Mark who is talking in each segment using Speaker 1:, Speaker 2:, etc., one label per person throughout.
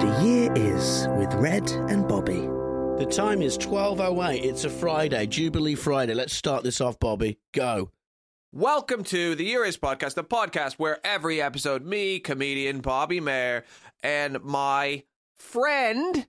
Speaker 1: The year is with Red and Bobby.
Speaker 2: The time is 12.08. It's a Friday, Jubilee Friday. Let's start this off, Bobby. Go.
Speaker 3: Welcome to the Euros Podcast, the podcast where every episode, me, comedian Bobby Mayer, and my friend,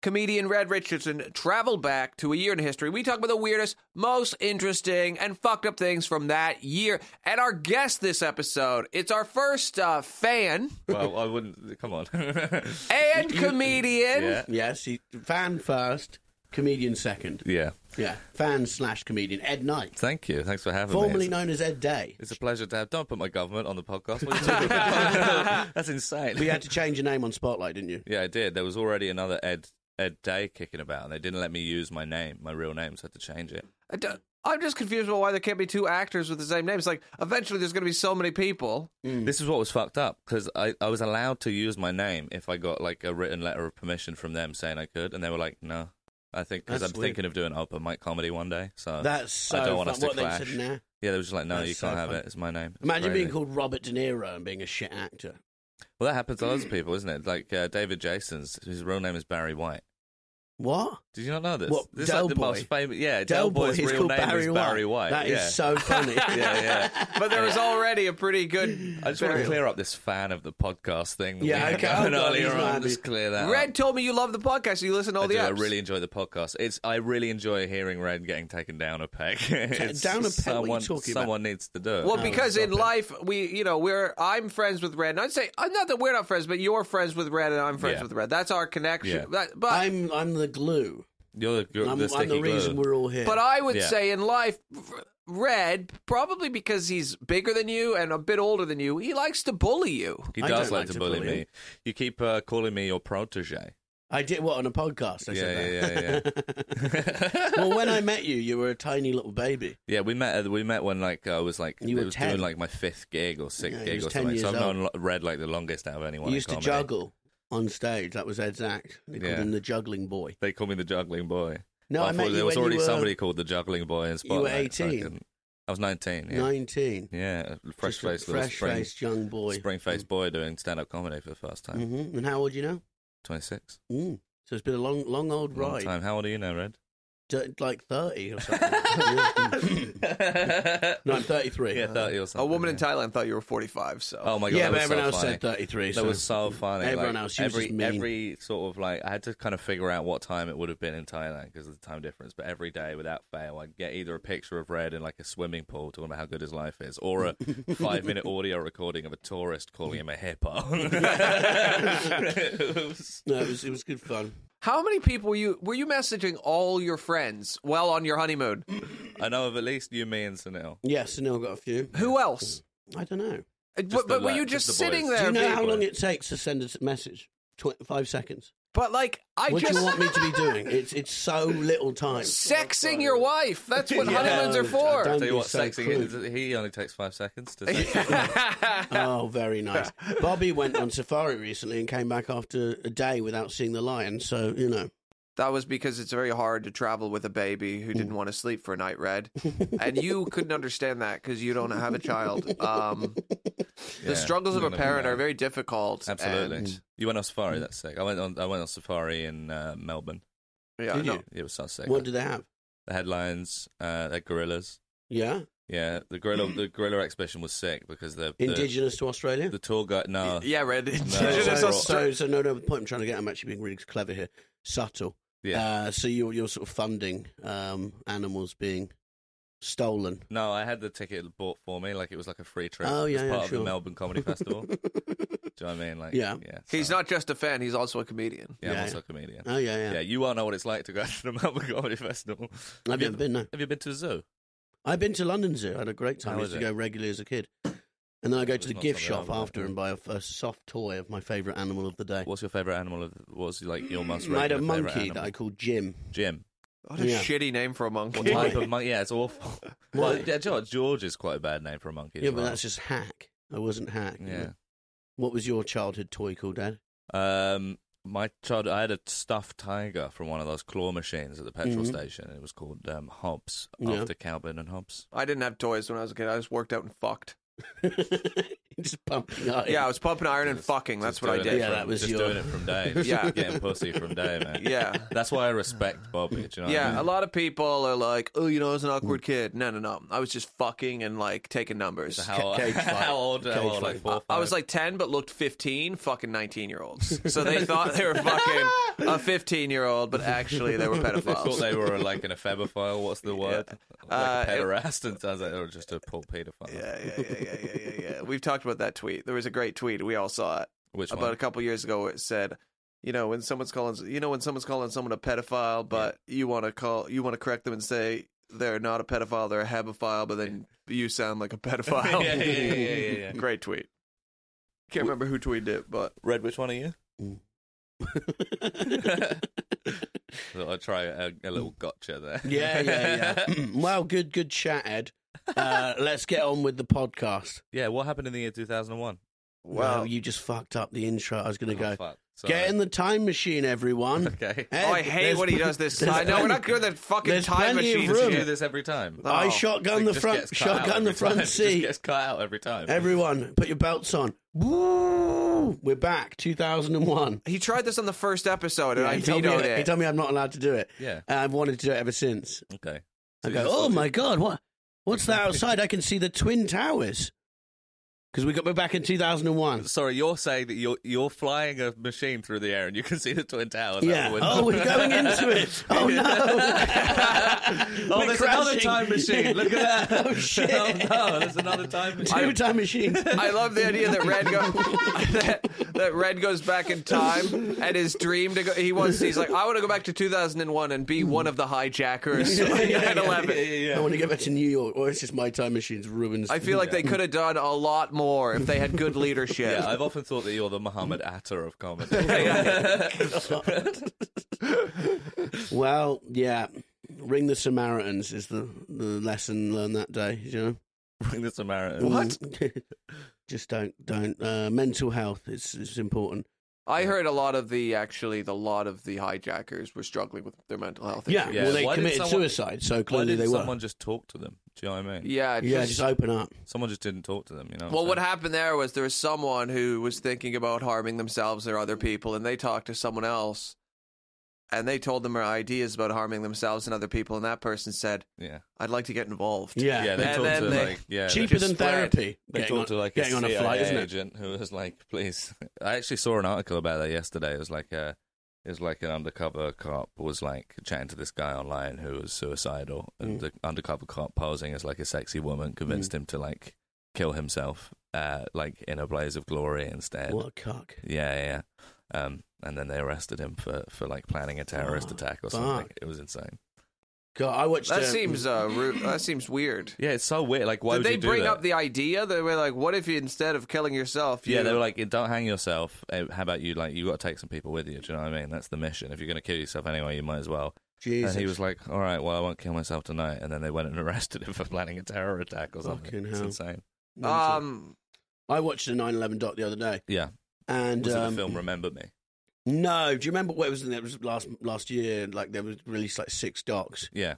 Speaker 3: comedian Red Richardson, travel back to a year in history. We talk about the weirdest, most interesting, and fucked up things from that year. And our guest this episode, it's our first uh, fan
Speaker 4: Well, I wouldn't. Come on.
Speaker 3: and comedian.
Speaker 4: yeah.
Speaker 2: Yes, he, fan first, comedian second.
Speaker 4: Yeah.
Speaker 2: Yeah, fan slash comedian. Ed Knight,
Speaker 4: Thank you. Thanks for having
Speaker 2: formerly
Speaker 4: me. It's-
Speaker 2: known as Ed Day.
Speaker 4: It's a pleasure to have. Don't put my government on the podcast. What are you talking about? That's insane.
Speaker 2: We had to change your name on Spotlight, didn't you?
Speaker 4: yeah, I did. There was already another Ed Ed Day kicking about, and they didn't let me use my name, my real name, so I had to change it.
Speaker 3: I don't- I'm just confused about why there can't be two actors with the same names. Like, eventually there's going to be so many people.
Speaker 2: Hmm.
Speaker 4: This is what was fucked up because I, I was allowed to use my name if I got like a written letter of permission from them saying I could, and they were like, no. I think because I'm
Speaker 2: That's weird.
Speaker 4: thinking of doing open mic comedy one day, so
Speaker 2: That's so
Speaker 4: I don't want
Speaker 2: fun.
Speaker 4: us to
Speaker 2: what
Speaker 4: clash.
Speaker 2: they said now.
Speaker 4: Yeah, they were just like, no,
Speaker 2: That's
Speaker 4: you
Speaker 2: so
Speaker 4: can't have
Speaker 2: fun.
Speaker 4: it. It's my name. It's
Speaker 2: Imagine being
Speaker 4: crazy.
Speaker 2: called Robert De Niro and being a shit actor.
Speaker 4: Well, that happens to loads of people, isn't it? Like uh, David Jason's, his real name is Barry White.
Speaker 2: What?
Speaker 4: Did you not know this?
Speaker 2: What,
Speaker 4: This is like the
Speaker 2: Del Boy?
Speaker 4: most famous. Yeah,
Speaker 2: Del
Speaker 4: Del Boy's
Speaker 2: is
Speaker 4: real
Speaker 2: called
Speaker 4: name
Speaker 2: Barry
Speaker 4: is
Speaker 2: White.
Speaker 4: Barry White.
Speaker 2: That is
Speaker 4: yeah.
Speaker 2: so funny.
Speaker 4: yeah, yeah.
Speaker 3: But there was already a pretty good.
Speaker 4: I just want to clear up this fan of the podcast thing. that
Speaker 2: Yeah,
Speaker 4: we
Speaker 2: okay.
Speaker 4: had going
Speaker 2: Oh, God,
Speaker 4: earlier
Speaker 2: he's
Speaker 4: on.
Speaker 2: mad.
Speaker 4: Just clear that.
Speaker 3: Red
Speaker 4: up.
Speaker 3: told me you love the podcast. You listen to all
Speaker 4: I,
Speaker 3: the
Speaker 4: do, I
Speaker 3: apps.
Speaker 4: really enjoy the podcast. It's I really enjoy hearing Red getting taken down a peg. It's
Speaker 2: down a peg? What are you
Speaker 4: Someone,
Speaker 2: talking about?
Speaker 4: someone needs to do it.
Speaker 2: Oh,
Speaker 3: Well, because in
Speaker 2: stop it.
Speaker 3: life we, you know, we're I'm friends with Red, and I'd say I'm not that we're not friends, but you're friends with Red, and I'm friends
Speaker 4: Yeah.
Speaker 3: with Red. That's our connection.
Speaker 4: Yeah.
Speaker 3: That- but
Speaker 2: I'm I'm the glue.
Speaker 4: you're the, you're
Speaker 2: I'm,
Speaker 4: the
Speaker 2: I'm
Speaker 4: sticky
Speaker 2: the reason
Speaker 4: glue.
Speaker 2: we're all here.
Speaker 3: but I would
Speaker 4: Yeah.
Speaker 3: say in life, R- Red probably because he's bigger than you and a bit older than you, he likes to bully you.
Speaker 4: He
Speaker 2: I
Speaker 4: does
Speaker 2: don't
Speaker 4: like to bully me.
Speaker 2: him.
Speaker 4: You keep uh, calling me your protege.
Speaker 2: I did what on a podcast? I said
Speaker 4: Yeah,
Speaker 2: that.
Speaker 4: yeah, yeah,
Speaker 2: well, when I met you, you were a tiny little baby.
Speaker 4: Yeah, we met. We met when like I was like
Speaker 2: You
Speaker 4: it
Speaker 2: were
Speaker 4: was
Speaker 2: 10.
Speaker 4: doing like my fifth gig or sixth
Speaker 2: Yeah, he
Speaker 4: gig
Speaker 2: was
Speaker 4: or
Speaker 2: 10
Speaker 4: something. So
Speaker 2: years
Speaker 4: I've known lo- Red like the longest out of anyone.
Speaker 2: you
Speaker 4: in
Speaker 2: used to
Speaker 4: comedy.
Speaker 2: juggle on stage. That was Ed's act. They called
Speaker 4: Yeah.
Speaker 2: him the juggling boy.
Speaker 4: They call me the juggling boy.
Speaker 2: No,
Speaker 4: But
Speaker 2: I
Speaker 4: I
Speaker 2: met
Speaker 4: thought
Speaker 2: you
Speaker 4: there was
Speaker 2: when
Speaker 4: already
Speaker 2: you were
Speaker 4: somebody called the juggling boy in
Speaker 2: You were
Speaker 4: Spotlight. so I
Speaker 2: 18.
Speaker 4: couldn't- I was nineteen. Yeah,
Speaker 2: nineteen.
Speaker 4: yeah, fresh
Speaker 2: Just a
Speaker 4: faced,
Speaker 2: fresh faced young boy. Mm.
Speaker 4: spring faced boy doing stand up comedy for the first time.
Speaker 2: Mm-hmm. And how old are you now?
Speaker 4: Twenty six.
Speaker 2: Mm. So it's been a long, long old
Speaker 4: Long
Speaker 2: ride.
Speaker 4: time. How old are you now, Red?
Speaker 2: D- like thirty or something. Mm. no, I'm thirty-three.
Speaker 4: yeah, thirty or
Speaker 3: A
Speaker 4: something.
Speaker 3: woman in
Speaker 4: yeah.
Speaker 3: Thailand thought you were 45. So
Speaker 4: Oh my god!
Speaker 2: yeah,
Speaker 4: that
Speaker 2: but
Speaker 4: was so
Speaker 2: everyone else
Speaker 4: funny.
Speaker 2: said thirty-three.
Speaker 4: That
Speaker 2: so
Speaker 4: was so funny.
Speaker 2: Everyone
Speaker 4: like,
Speaker 2: else, she was
Speaker 4: every
Speaker 2: just mean.
Speaker 4: every sort of like I had to kind of figure out what time it would have been in Thailand because of the time difference. But every day, without fail, I'd get either a picture of Red in like a swimming pool talking about how good his life is, or a five minute audio recording of a tourist calling him a hippo. It was-
Speaker 2: No, it was it was good fun.
Speaker 3: how many people were you were you messaging all your friends while on your honeymoon?
Speaker 4: I know of at least you, me, and Sunil.
Speaker 2: Yes, and now I've got a few.
Speaker 3: Who else?
Speaker 2: I don't know.
Speaker 3: but
Speaker 4: the
Speaker 3: but were
Speaker 4: la-
Speaker 3: you
Speaker 4: just
Speaker 3: just,
Speaker 4: the
Speaker 3: sitting
Speaker 4: boys.
Speaker 3: there?
Speaker 2: Do you know
Speaker 3: being-
Speaker 2: how long it takes to send a message? Tw- five seconds.
Speaker 3: but like I
Speaker 2: what
Speaker 3: just
Speaker 2: do you want me to be doing? It's it's so little time.
Speaker 3: sexing your wife. That's what
Speaker 2: Yeah.
Speaker 3: honeymoons
Speaker 2: I
Speaker 3: are
Speaker 2: don't-
Speaker 3: for.
Speaker 4: Tell you
Speaker 2: be
Speaker 4: what,
Speaker 2: so
Speaker 4: sexy
Speaker 2: crude.
Speaker 4: he only takes five seconds to. Sex.
Speaker 2: Oh, very nice. Bobby went on safari recently and came back after a day without seeing the lion. So you know,
Speaker 3: that was because it's very hard to travel with a baby who didn't want to sleep for a night, Red. And you couldn't understand that because you don't have a child. Um,
Speaker 4: Yeah,
Speaker 3: The struggles of a
Speaker 4: none them
Speaker 3: parent
Speaker 4: know.
Speaker 3: are very Mm. difficult.
Speaker 4: Absolutely.
Speaker 3: and-
Speaker 4: You went on safari. That's sick. I went on. I went on safari in uh, Melbourne.
Speaker 3: yeah,
Speaker 2: Did
Speaker 3: no.
Speaker 2: you?
Speaker 4: It was so sick.
Speaker 2: what do they have?
Speaker 4: the headlines, uh, the gorillas,
Speaker 2: Yeah,
Speaker 4: Yeah, the gorilla the gorilla exhibition was sick because the the-
Speaker 2: Indigenous to Australia?
Speaker 4: the, tour guide. No,
Speaker 3: Yeah, red.
Speaker 4: Uh, No,
Speaker 2: so,
Speaker 4: Indigenous
Speaker 2: so,
Speaker 4: Austra-
Speaker 2: so, so no, no. The point I'm trying to get, I'm actually being really clever here, subtle.
Speaker 4: yeah,
Speaker 2: Uh, so you're you're sort of funding um, animals being stolen.
Speaker 4: no. I had the ticket bought for me. Like it was like a free trip.
Speaker 2: Oh,
Speaker 4: It was
Speaker 2: yeah, yeah,
Speaker 4: part of
Speaker 2: sure.
Speaker 4: the Melbourne Comedy Festival. Do you know what I mean? Like,
Speaker 2: Yeah.
Speaker 4: yeah.
Speaker 3: He's
Speaker 4: so-
Speaker 3: not just a fan; he's also a comedian.
Speaker 4: Yeah, I'm
Speaker 2: Yeah,
Speaker 4: also
Speaker 2: yeah.
Speaker 4: a comedian.
Speaker 2: oh yeah, yeah.
Speaker 4: Yeah, you all know what it's like to go to the Melbourne Comedy Festival.
Speaker 2: I've never been there.
Speaker 4: Have you been to the zoo?
Speaker 2: I've been to London Zoo. I had a great time.
Speaker 4: How
Speaker 2: I used
Speaker 4: is
Speaker 2: to
Speaker 4: it?
Speaker 2: go regularly as a kid. And then I go
Speaker 4: It's
Speaker 2: to the
Speaker 4: not
Speaker 2: gift
Speaker 4: something I
Speaker 2: shop
Speaker 4: would
Speaker 2: after
Speaker 4: do.
Speaker 2: and buy a, a soft toy of my favourite animal of the day. Mm,
Speaker 4: What's your favorite animal? Of, what's like your most?
Speaker 2: I had a
Speaker 4: regular favourite
Speaker 2: monkey that
Speaker 4: animal?
Speaker 2: I called Jim.
Speaker 4: Jim.
Speaker 3: What a
Speaker 2: Yeah.
Speaker 3: shitty name for a monkey.
Speaker 4: What type of monkey? Yeah, it's awful. Well,
Speaker 2: Why?
Speaker 4: yeah, George, George is quite a bad name for a monkey. as
Speaker 2: Yeah, but
Speaker 4: well.
Speaker 2: that's just hack. I wasn't hack.
Speaker 4: yeah.
Speaker 2: What was your childhood toy called, Dad?
Speaker 4: Um, my child, I had a stuffed tiger from one of those claw machines at the petrol
Speaker 2: Mhm.
Speaker 4: station. It was called um, Hobbs
Speaker 2: Yeah.
Speaker 4: after Calvin and Hobbs.
Speaker 3: I didn't have toys when I was a kid. I just worked out and fucked.
Speaker 2: just pumping iron.
Speaker 3: Yeah, I was pumping iron and
Speaker 4: Just-
Speaker 3: fucking.
Speaker 4: just
Speaker 3: That's what I
Speaker 4: doing it
Speaker 3: did.
Speaker 2: Yeah,
Speaker 4: from-
Speaker 2: that was
Speaker 4: just
Speaker 2: your-
Speaker 4: doing it from day. Just
Speaker 3: Yeah.
Speaker 4: getting pussy from day, man.
Speaker 3: Yeah.
Speaker 4: that's why I respect Bobby. Do you know? what I
Speaker 3: Yeah,
Speaker 4: mean? Mm.
Speaker 3: a lot of people are like, "Oh, you know, I was an awkward kid." No, no, no. I was just fucking and like taking numbers.
Speaker 4: So how,
Speaker 2: Cage fight.
Speaker 4: how old?
Speaker 2: Cage
Speaker 4: How old? Like
Speaker 2: fight.
Speaker 4: four.
Speaker 3: I- I was
Speaker 4: five?
Speaker 3: like 10 but looked 15, fucking 19 year olds. So they thought they were fucking a 15 year old, but actually they were
Speaker 4: I thought
Speaker 3: pedophiles.
Speaker 4: they were like an ephemophile. What's the word? Like a
Speaker 3: Uh, it-
Speaker 4: pederast, and it sounds like they were just a poor paedophile.
Speaker 3: Yeah, yeah, yeah, yeah, yeah, yeah, yeah. We've talked about that tweet. There was a great tweet. We all saw it
Speaker 4: Which
Speaker 3: about
Speaker 4: one?
Speaker 3: a couple years ago. It said, you know, when someone's calling, you know, when someone's calling someone a pedophile, but you want to call, you want to correct them and say they're not a pedophile, they're a habophile, but then you sound like a pedophile.
Speaker 4: Yeah, yeah, yeah, yeah, yeah, yeah.
Speaker 3: Great tweet. Can't remember who tweeted it, but
Speaker 4: Red, which one are you? So I'll try a, a little gotcha there.
Speaker 2: yeah, yeah, yeah. well, good, good chat, Ed. Uh, let's get on with the podcast.
Speaker 4: yeah, what happened in the year 2001?
Speaker 2: Wow,
Speaker 3: wow.
Speaker 2: you just fucked up the intro. I was going to go.
Speaker 4: fuck. Sorry.
Speaker 2: Get in the time machine, everyone.
Speaker 4: Okay.
Speaker 2: Ed,
Speaker 3: Oh, I hate
Speaker 2: there's
Speaker 3: when he
Speaker 2: pl-
Speaker 3: does this.
Speaker 2: there's
Speaker 3: I know
Speaker 2: plenty-
Speaker 3: we're not doing that fucking
Speaker 2: there's
Speaker 3: time
Speaker 2: plenty of
Speaker 3: machine.
Speaker 4: Do
Speaker 2: room.
Speaker 4: you do
Speaker 3: shit.
Speaker 4: this every time?
Speaker 3: Oh,
Speaker 2: I
Speaker 4: Like,
Speaker 2: shotgun the
Speaker 4: just gets
Speaker 2: front,
Speaker 4: cut out
Speaker 2: shotgun
Speaker 4: every
Speaker 2: the
Speaker 4: time.
Speaker 2: front
Speaker 4: It just
Speaker 2: seat.
Speaker 4: gets cut out every time.
Speaker 2: Everyone, put your belts on. Woo! We're back, 2001.
Speaker 3: He tried this on the first episode, and I
Speaker 2: he, told me,
Speaker 3: vetoed
Speaker 2: he
Speaker 3: it.
Speaker 2: told me I'm not allowed to do it.
Speaker 4: Yeah.
Speaker 2: And I've wanted to do it ever since.
Speaker 4: Okay.
Speaker 2: I go, oh my God, what? what's that outside? I can see the Twin Towers. Because we got we're back in 2001.
Speaker 4: Sorry, you're saying that you're you're flying a machine through the air and you can see the twin towers. out the
Speaker 2: Yeah.
Speaker 4: window.
Speaker 2: Oh, we're going into it. Oh, no.
Speaker 4: Oh,
Speaker 2: We're
Speaker 4: there's another
Speaker 2: crashing.
Speaker 4: time machine. Look at that.
Speaker 2: Oh, shit.
Speaker 4: Oh, no, there's another time
Speaker 2: Two
Speaker 4: machine.
Speaker 2: time machine.
Speaker 3: I love the idea that Red go that, that Red goes back in time and his dream to go. He wants. He's like, I want to go back to 2001 and be one of the hijackers at 11.
Speaker 2: I want to get back to New York, or it's just my time machine's ruins.
Speaker 3: I feel like they could have done a lot more if they had good leadership.
Speaker 4: Yeah, I've often thought that you're the Muhammad Atta of comedy.
Speaker 3: Oh,
Speaker 2: Well, yeah. Ring the Samaritans is the, the lesson learned that day, you
Speaker 4: Bring the Samaritan.
Speaker 2: know? just don't, don't. Uh, mental health is, is important.
Speaker 3: I heard a lot of the actually the lot of the hijackers were struggling with their mental health.
Speaker 2: Yeah,
Speaker 3: issues.
Speaker 4: Yeah,
Speaker 2: well, they
Speaker 4: why did
Speaker 2: committed
Speaker 4: someone-
Speaker 2: suicide, so
Speaker 4: Why
Speaker 2: clearly
Speaker 4: did
Speaker 2: they were.
Speaker 4: someone just talk to them? Do you know what I mean?
Speaker 3: yeah, just,
Speaker 2: yeah, just open up.
Speaker 4: Someone just didn't talk to them. You know.
Speaker 3: Well, what
Speaker 4: happened?
Speaker 3: happened there was there was someone who was thinking about harming themselves or other people, and they talked to someone else, and they told them their ideas about harming themselves and other people, and that person said,
Speaker 4: Yeah.
Speaker 3: "I'd like to get involved."
Speaker 2: Yeah.
Speaker 4: Yeah, they
Speaker 3: And
Speaker 4: talked
Speaker 3: then
Speaker 4: to
Speaker 3: they-
Speaker 4: like yeah,
Speaker 2: Cheaper
Speaker 4: they,
Speaker 2: than
Speaker 3: spread.
Speaker 2: therapy.
Speaker 4: They
Speaker 2: getting
Speaker 4: talked
Speaker 2: on,
Speaker 4: to like
Speaker 2: getting
Speaker 4: a,
Speaker 2: on a
Speaker 4: CIA
Speaker 2: flight, isn't it?
Speaker 4: agent who was like, "Please." I actually saw an article about that yesterday. It was like a, it was like an undercover cop was like chatting to this guy online who was suicidal,
Speaker 2: Mm.
Speaker 4: and the undercover cop posing as like a sexy woman convinced him to like kill himself, uh, like in a blaze of glory instead.
Speaker 2: What a cock.
Speaker 4: Yeah, yeah. yeah. Um, and then they arrested him for for like planning a terrorist
Speaker 2: Ah, Fuck.
Speaker 4: attack or something.
Speaker 2: Fuck.
Speaker 4: It was insane.
Speaker 2: God, I watched.
Speaker 3: that
Speaker 2: uh,
Speaker 3: seems
Speaker 4: um,
Speaker 3: uh, ru- that seems weird.
Speaker 4: Yeah, it's so weird. Like, why
Speaker 3: Did
Speaker 4: would
Speaker 3: they
Speaker 4: you do
Speaker 3: bring
Speaker 4: that?
Speaker 3: up the idea? They were like, "What if you instead of killing yourself?"
Speaker 4: Yeah,
Speaker 3: you-
Speaker 4: they were like, "Don't hang yourself. Eh, How about you? Like, you got to take some people with you. Do you know what I mean? That's the mission. If you're going to kill yourself anyway, you might as well."
Speaker 2: Jesus.
Speaker 4: And he was like, "All right, well, I won't kill myself tonight." And then they went and arrested him for planning a terror attack or something.
Speaker 2: Fucking
Speaker 4: it's
Speaker 2: hell.
Speaker 4: insane.
Speaker 3: um,
Speaker 2: I watched the 9 11 doc the other day.
Speaker 4: Yeah,
Speaker 2: And
Speaker 4: was it
Speaker 2: um,
Speaker 4: the film Remember Me?
Speaker 2: No, do you remember what it was? It was last last year. Like there was released like six docs
Speaker 4: Yeah,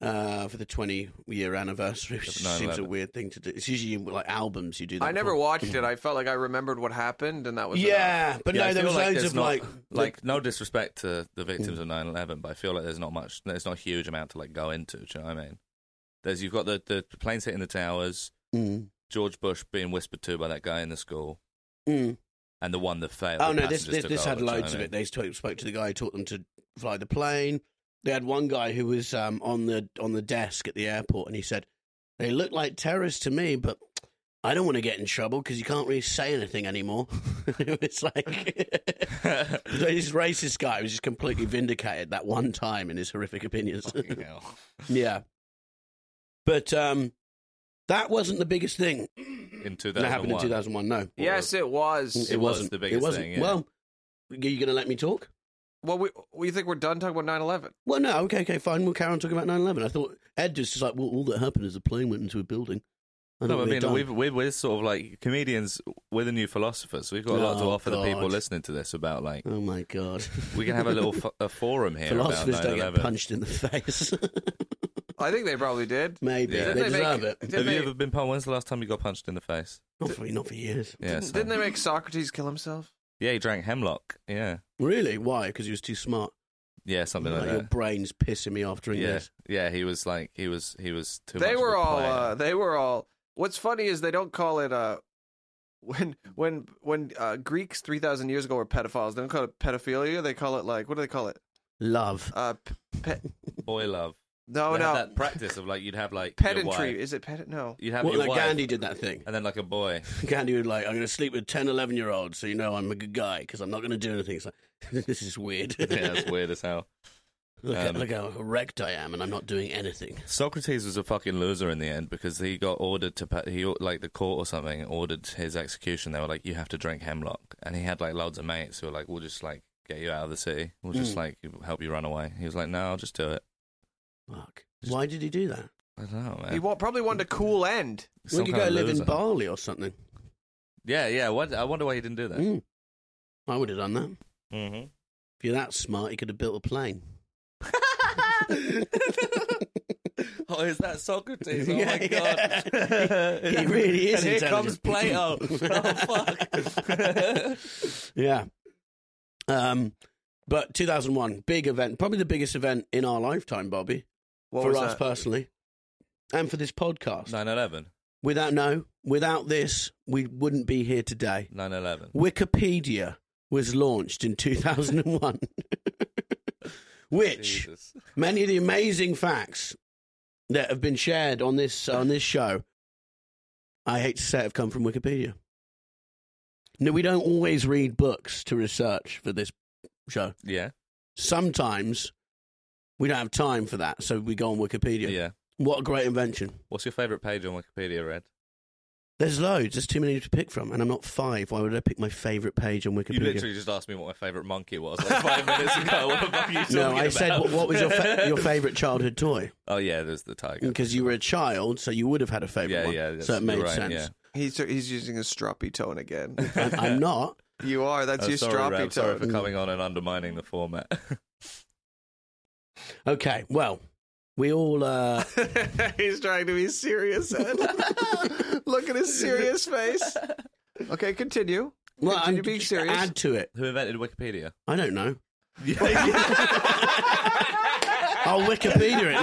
Speaker 2: uh, for the twenty year anniversary, which
Speaker 4: Of 9/11.
Speaker 2: seems a weird thing to do. It's usually in, like albums you do. that
Speaker 3: I never
Speaker 2: for.
Speaker 3: watched it. I felt like I remembered what happened, and that was enough.
Speaker 2: Yeah, but
Speaker 4: Yeah, I
Speaker 2: no, there
Speaker 4: feel
Speaker 2: was
Speaker 4: like
Speaker 2: loads
Speaker 4: there's
Speaker 2: of
Speaker 4: not-
Speaker 2: like Mm.
Speaker 4: like no disrespect to the victims of 9/11, but I feel like there's not much. There's not a huge amount to like go into. Do you know what I mean? There's you've got the, the planes hitting the towers,
Speaker 2: Mm.
Speaker 4: George Bush being whispered to by that guy in the school,
Speaker 2: Mm.
Speaker 4: and the one that failed.
Speaker 2: Oh
Speaker 4: the
Speaker 2: no, this
Speaker 4: passengers
Speaker 2: this,
Speaker 4: took
Speaker 2: this
Speaker 4: over,
Speaker 2: had
Speaker 4: do you know
Speaker 2: loads
Speaker 4: what
Speaker 2: of
Speaker 4: I
Speaker 2: it.
Speaker 4: mean?
Speaker 2: They spoke spoke to the guy who taught them to fly the plane. They had one guy who was um, on the on the desk at the airport, and he said, "They look like terrorists to me, but I don't want to get in trouble because you can't really say anything anymore." it's like this racist guy was just completely vindicated that one time in his horrific opinions.
Speaker 4: Fucking hell.
Speaker 2: yeah, but um, that wasn't the biggest thing
Speaker 4: In
Speaker 2: that happened in
Speaker 4: 2001.
Speaker 2: 2001. No,
Speaker 3: Yes, it was.
Speaker 4: It was the biggest
Speaker 2: it wasn't.
Speaker 4: thing, yeah.
Speaker 2: Well, are you going to let me talk?
Speaker 3: Well, we, we think we're done talking about 9/11.
Speaker 2: Well, no, okay, okay, fine. We'll carry on talking about 9 11. I thought Ed was just like, well, all that happened is a plane went into a building. I
Speaker 4: No, I
Speaker 2: thought we're
Speaker 4: mean,
Speaker 2: done.
Speaker 4: we've, we're, we're sort of like comedians, we're the new philosophers. We've got a lot to
Speaker 2: Oh,
Speaker 4: offer the people
Speaker 2: God.
Speaker 4: listening to this about like,
Speaker 2: Oh, my God.
Speaker 4: we can have a little f- a forum here about
Speaker 2: Philosophers don't
Speaker 4: 9
Speaker 2: get
Speaker 4: 11.
Speaker 2: punched in the face.
Speaker 3: I think they probably did.
Speaker 2: Maybe. They,
Speaker 4: Yeah. Didn't
Speaker 3: they make-
Speaker 2: deserve it.
Speaker 3: didn't
Speaker 4: Have
Speaker 3: they-
Speaker 4: you ever been punched? When's the last time you got punched in the face?
Speaker 2: Not for, not for years.
Speaker 4: Yeah,
Speaker 3: didn't,
Speaker 4: so-
Speaker 3: didn't they make Socrates kill himself?
Speaker 4: yeah, he drank hemlock. Yeah,
Speaker 2: Really? Why? Because he was too smart.
Speaker 4: yeah, something like
Speaker 2: Like, your
Speaker 4: that.
Speaker 2: brain's pissing me off drinking
Speaker 4: Yeah,
Speaker 2: this.
Speaker 4: yeah, he was like, he was, he was too.
Speaker 3: they
Speaker 4: much of
Speaker 3: were
Speaker 4: a
Speaker 3: all.
Speaker 4: player.
Speaker 3: Uh, they were all. What's funny is they don't call it. Uh, when when when uh, Greeks three thousand years ago were pedophiles, they don't call it pedophilia. They call it like what do they call it?
Speaker 2: Love.
Speaker 3: Uh, p- pe-
Speaker 4: boy love.
Speaker 3: no,
Speaker 4: They had
Speaker 3: oh, no,
Speaker 4: that practice of like you'd have like your
Speaker 3: pedantry.
Speaker 4: wife-
Speaker 3: Is it pedant? No,
Speaker 4: You'd have
Speaker 2: well,
Speaker 4: your
Speaker 2: like
Speaker 4: wife,
Speaker 2: Gandhi did that thing.
Speaker 4: and then like a boy.
Speaker 2: Gandhi would like, I'm going to sleep with 10, 11 year olds, so you know I'm a good guy because I'm not going to do anything. It's like, this is weird.
Speaker 4: yeah, that's weird as hell.
Speaker 2: Look, at
Speaker 4: Um,
Speaker 2: look how wrecked I am, and I'm not doing anything.
Speaker 4: Socrates was a fucking loser in the end because he got ordered to pa- he like the court or something ordered his execution. They were like, "You have to drink hemlock," and he had like loads of mates who were like, "We'll just like get you out of the city. We'll just
Speaker 2: Mm.
Speaker 4: like help you run away." He was like, "No, I'll just do it."
Speaker 2: Fuck. Why did he do that?
Speaker 4: I don't know, man.
Speaker 3: he wa- probably wanted a cool end.
Speaker 4: Some
Speaker 2: Would you
Speaker 4: kind
Speaker 2: go
Speaker 4: of
Speaker 2: live
Speaker 4: loser.
Speaker 2: in Bali or something?
Speaker 4: Yeah, yeah. What? I wonder why he didn't do that.
Speaker 2: Mm. I would have done that. If
Speaker 4: Mm-hmm.
Speaker 2: you're that smart, you could have built a plane.
Speaker 4: Oh, is that Socrates? Oh
Speaker 2: Yeah,
Speaker 4: my
Speaker 2: yeah.
Speaker 4: god, it
Speaker 2: He really is
Speaker 4: And here comes
Speaker 2: intelligent.
Speaker 4: Plato. oh fuck.
Speaker 2: yeah. Um, but 2001, big event, probably the biggest event in our lifetime, Bobby,
Speaker 3: What
Speaker 2: for
Speaker 3: was
Speaker 2: us
Speaker 3: that?
Speaker 2: personally, and for this podcast.
Speaker 4: 9-11.
Speaker 2: Without no, without this, we wouldn't be here today.
Speaker 4: 9-11.
Speaker 2: Wikipedia was launched in 2001, which
Speaker 4: Jesus.
Speaker 2: many of the amazing facts that have been shared on this uh, on this show, I hate to say, it, have come from Wikipedia. No, we don't always read books to research for this show.
Speaker 4: Yeah.
Speaker 2: Sometimes we don't have time for that, so we go on Wikipedia.
Speaker 4: Yeah.
Speaker 2: What a great invention!
Speaker 4: What's your favourite page on Wikipedia, Red?
Speaker 2: There's loads. There's too many to pick from, and I'm not five. Why would I pick my favourite page on Wikipedia?
Speaker 4: You literally just asked me what my favourite monkey was like five minutes ago. What the fuck are you talking
Speaker 2: no, I said
Speaker 4: about?
Speaker 2: what, what was your fa- your favourite childhood toy?
Speaker 4: oh yeah, there's the tiger.
Speaker 2: Because you were a child, so you would have had a favourite
Speaker 4: Yeah,
Speaker 2: one.
Speaker 4: yeah, that's-
Speaker 2: so it made
Speaker 4: you're right,
Speaker 2: sense.
Speaker 4: yeah.
Speaker 3: He's he's using his stroppy tone again.
Speaker 2: I'm, I'm not.
Speaker 3: you are. That's
Speaker 4: Oh,
Speaker 3: your
Speaker 4: sorry,
Speaker 3: stroppy
Speaker 4: Rab, sorry for
Speaker 3: tone.
Speaker 4: coming on and undermining the format.
Speaker 2: Okay, well, we all. Uh,
Speaker 3: he's trying to be serious. Ed. Look at his serious face. Okay, continue.
Speaker 2: well,
Speaker 3: Continue
Speaker 2: I'm
Speaker 3: being
Speaker 2: just
Speaker 3: serious.
Speaker 2: add to it.
Speaker 4: Who invented Wikipedia?
Speaker 2: I don't know. I'll Wikipedia it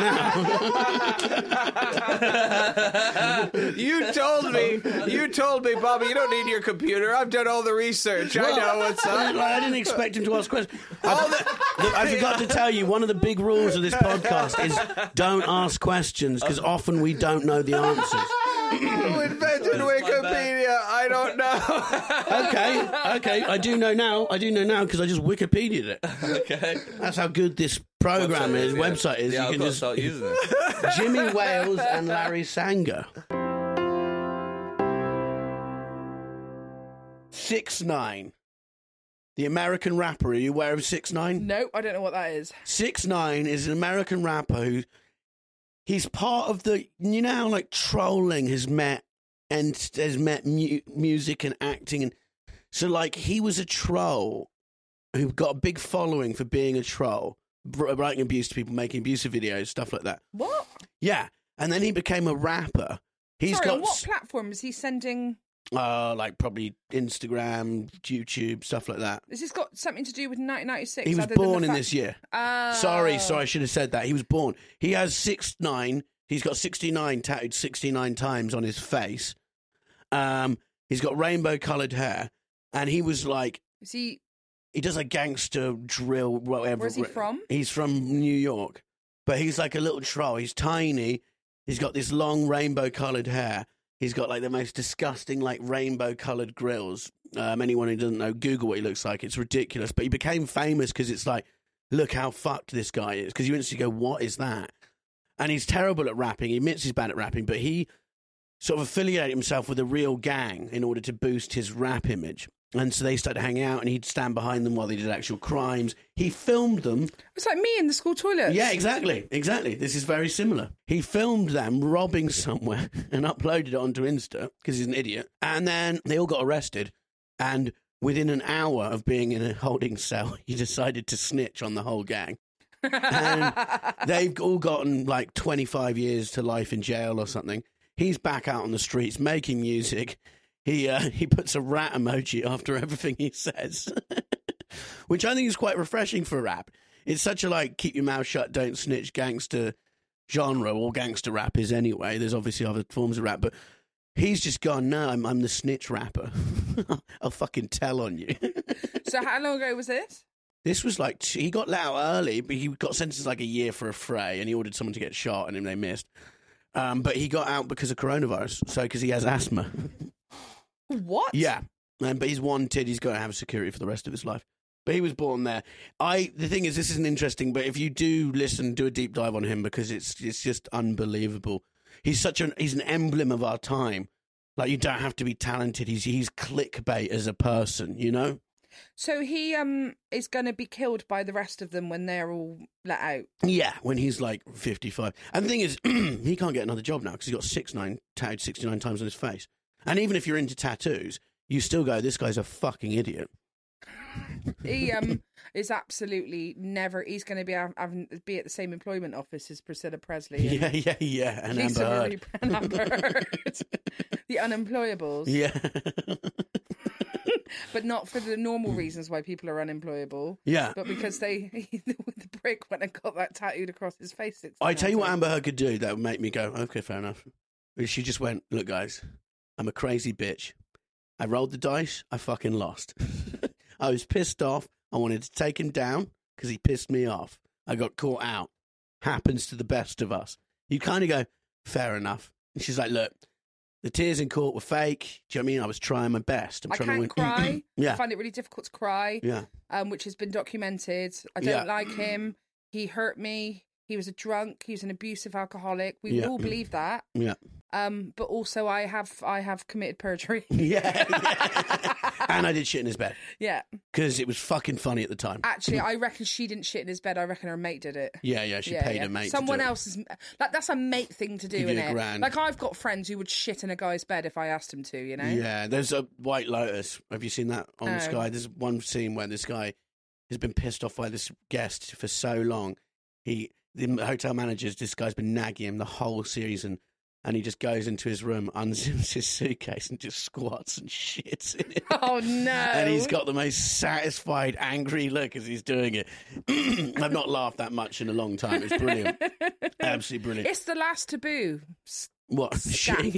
Speaker 2: now.
Speaker 3: You told me. You told me, Bobby. You don't need your computer. I've done all the research. I know what's
Speaker 2: I,
Speaker 3: up.
Speaker 2: I didn't expect him to ask questions. I, Look, I forgot to tell you, one of the big rules of this podcast is don't ask questions because often we don't know the answers.
Speaker 3: Who invented Wikipedia? I don't know.
Speaker 2: Okay, okay, I do know now. I do know now because I just Wikipedia'd it.
Speaker 4: Okay.
Speaker 2: That's how good this program is,
Speaker 4: yeah.
Speaker 2: website is.
Speaker 4: Yeah,
Speaker 2: you
Speaker 4: I've
Speaker 2: can
Speaker 4: got to
Speaker 2: just
Speaker 4: start using it.
Speaker 2: Jimmy Wales and Larry Sanger. Six nine. The American rapper. Are you aware of six nine?
Speaker 5: No, I don't know what that is.
Speaker 2: Six nine is an American rapper who he's part of the you know how like trolling has met and has met mu- music and acting and so like he was a troll who got a big following for being a troll, wr- writing abuse to people, making abusive videos, stuff like that.
Speaker 5: What?
Speaker 2: Yeah, and then he became a rapper. He's
Speaker 5: Sorry,
Speaker 2: got
Speaker 5: on what platform is he sending?
Speaker 2: uh, like probably Instagram, YouTube, stuff like that.
Speaker 5: Has this got something to do with 1996?
Speaker 2: He was
Speaker 5: other than the
Speaker 2: born in
Speaker 5: fact-
Speaker 2: this year.
Speaker 5: Oh.
Speaker 2: Sorry, sorry, I should have said that. He was born. He has six nine He's got 69 tattooed 69 times on his face. Um, he's got rainbow colored hair. And he was like,
Speaker 5: Is he?
Speaker 2: he does a gangster drill, whatever.
Speaker 5: Where's he from?
Speaker 2: He's from New York. But he's like a little troll. He's tiny. He's got this long rainbow colored hair. He's got like the most disgusting, like rainbow colored grills. Um, anyone who doesn't know, Google what he looks like. It's ridiculous. But he became famous because it's like, look how fucked this guy is. Because you instantly go, what is that? And he's terrible at rapping. He admits he's bad at rapping, but he sort of affiliated himself with a real gang in order to boost his rap image. And so they started hanging out, and he'd stand behind them while they did actual crimes. He filmed them.
Speaker 5: It's like me in the school toilet.
Speaker 2: Yeah, exactly. Exactly. This is very similar. He filmed them robbing somewhere and uploaded it onto Insta because he's an idiot. And then they all got arrested. And within an hour of being in a holding cell, he decided to snitch on the whole gang. and they've all gotten like 25 years to life in jail or something. He's back out on the streets making music. He uh, he puts a rat emoji after everything he says, which I think is quite refreshing for rap. It's such a like keep your mouth shut, don't snitch gangster genre. All gangster rap is anyway. There's obviously other forms of rap, but he's just gone. No, I'm I'm the snitch rapper. I'll fucking tell on you.
Speaker 5: So how long ago was this?
Speaker 2: This was like t- he got let out early, but he got sentenced like a year for a fray, and he ordered someone to get shot, and then they missed. Um, but he got out because of coronavirus, so because he has asthma.
Speaker 5: What?
Speaker 2: yeah, um, but he's wanted. He's going to have security for the rest of his life. But he was born there. I the thing is, this isn't interesting. But if you do listen, do a deep dive on him because it's it's just unbelievable. He's such an he's an emblem of our time. Like you don't have to be talented. He's he's clickbait as a person, you know.
Speaker 5: So he um is going to be killed by the rest of them when they're all let out.
Speaker 2: Yeah, when he's like 55. And the thing is, he can't get another job now because he's got six nine tattooed 69 times on his face. And even if you're into tattoos, you still go, this guy's a fucking idiot.
Speaker 5: He um is absolutely never. He's going to be hav- having be at the same employment office as Priscilla Presley. and
Speaker 2: Yeah, yeah, yeah. And
Speaker 5: Lisa
Speaker 2: Amber Heard.
Speaker 5: Marie and Amber Heard. the unemployables,
Speaker 2: Yeah.
Speaker 5: but not for the normal reasons why people are unemployable.
Speaker 2: yeah.
Speaker 5: But because they, the brick went and got that tattooed across his face. six
Speaker 2: I tell you
Speaker 5: times.
Speaker 2: what Amber Heard could do that would make me go, okay, fair enough. She just went, look, guys, I'm a crazy bitch. I rolled the dice. I fucking lost. I was pissed off. I wanted to take him down because he pissed me off. I got caught out. Happens to the best of us. You kind of go, fair enough. And she's like, look, the tears in court were fake. Do you know what I mean? I was trying my best. I'm
Speaker 5: I
Speaker 2: trying
Speaker 5: can
Speaker 2: to win.
Speaker 5: cry. I
Speaker 2: yeah.
Speaker 5: find it really difficult to cry,
Speaker 2: Yeah.
Speaker 5: um, which has been documented. I don't
Speaker 2: Yeah.
Speaker 5: like him. He hurt me. He was a drunk. He was an abusive alcoholic. We
Speaker 2: Yeah.
Speaker 5: all believe that.
Speaker 2: Yeah.
Speaker 5: Um, but also, I have I have committed perjury.
Speaker 2: Yeah. and I did shit in his bed
Speaker 5: yeah,
Speaker 2: because it was fucking funny at the time.
Speaker 5: actually, I reckon she didn't shit in his bed. I reckon her mate did it.
Speaker 2: Yeah, yeah. She
Speaker 5: Yeah,
Speaker 2: paid
Speaker 5: yeah.
Speaker 2: her mate. to
Speaker 5: Someone
Speaker 2: do it.
Speaker 5: else's like that's a mate thing to do,
Speaker 2: Give you a
Speaker 5: innit?
Speaker 2: grand.
Speaker 5: Like I've got friends who would shit in a guy's bed if I asked him to. You know?
Speaker 2: Yeah, there's a White Lotus. Have you seen that on
Speaker 5: No.
Speaker 2: Sky? There's one scene where this guy has been pissed off by this guest for so long. He, the hotel managers, this guy's been nagging him the whole season, and he just goes into his room, unzips his suitcase, and just squats and shits in it.
Speaker 5: Oh no!
Speaker 2: And he's got the most satisfied, angry look as he's doing it. I've not laughed that much in a long time. It's brilliant, absolutely brilliant.
Speaker 5: It's the last taboo.
Speaker 2: What
Speaker 5: Scat.
Speaker 2: shitting,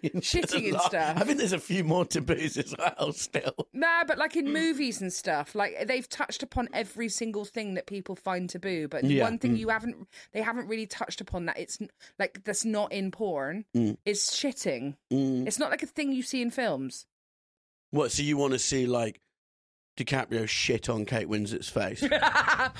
Speaker 2: shitting, and
Speaker 5: Shitting and
Speaker 2: la-
Speaker 5: stuff.
Speaker 2: I think there's a few more taboos as well. Still,
Speaker 5: Nah, but like in movies and stuff, like they've touched upon every single thing that people find taboo. But the
Speaker 2: Yeah, mm.
Speaker 5: one thing you haven't, they haven't really touched upon that it's n- like that's not in porn
Speaker 2: Mm.
Speaker 5: is shitting. It's not like a thing you see in films.
Speaker 2: what? So you want to see like DiCaprio shit on Kate Winslet's face?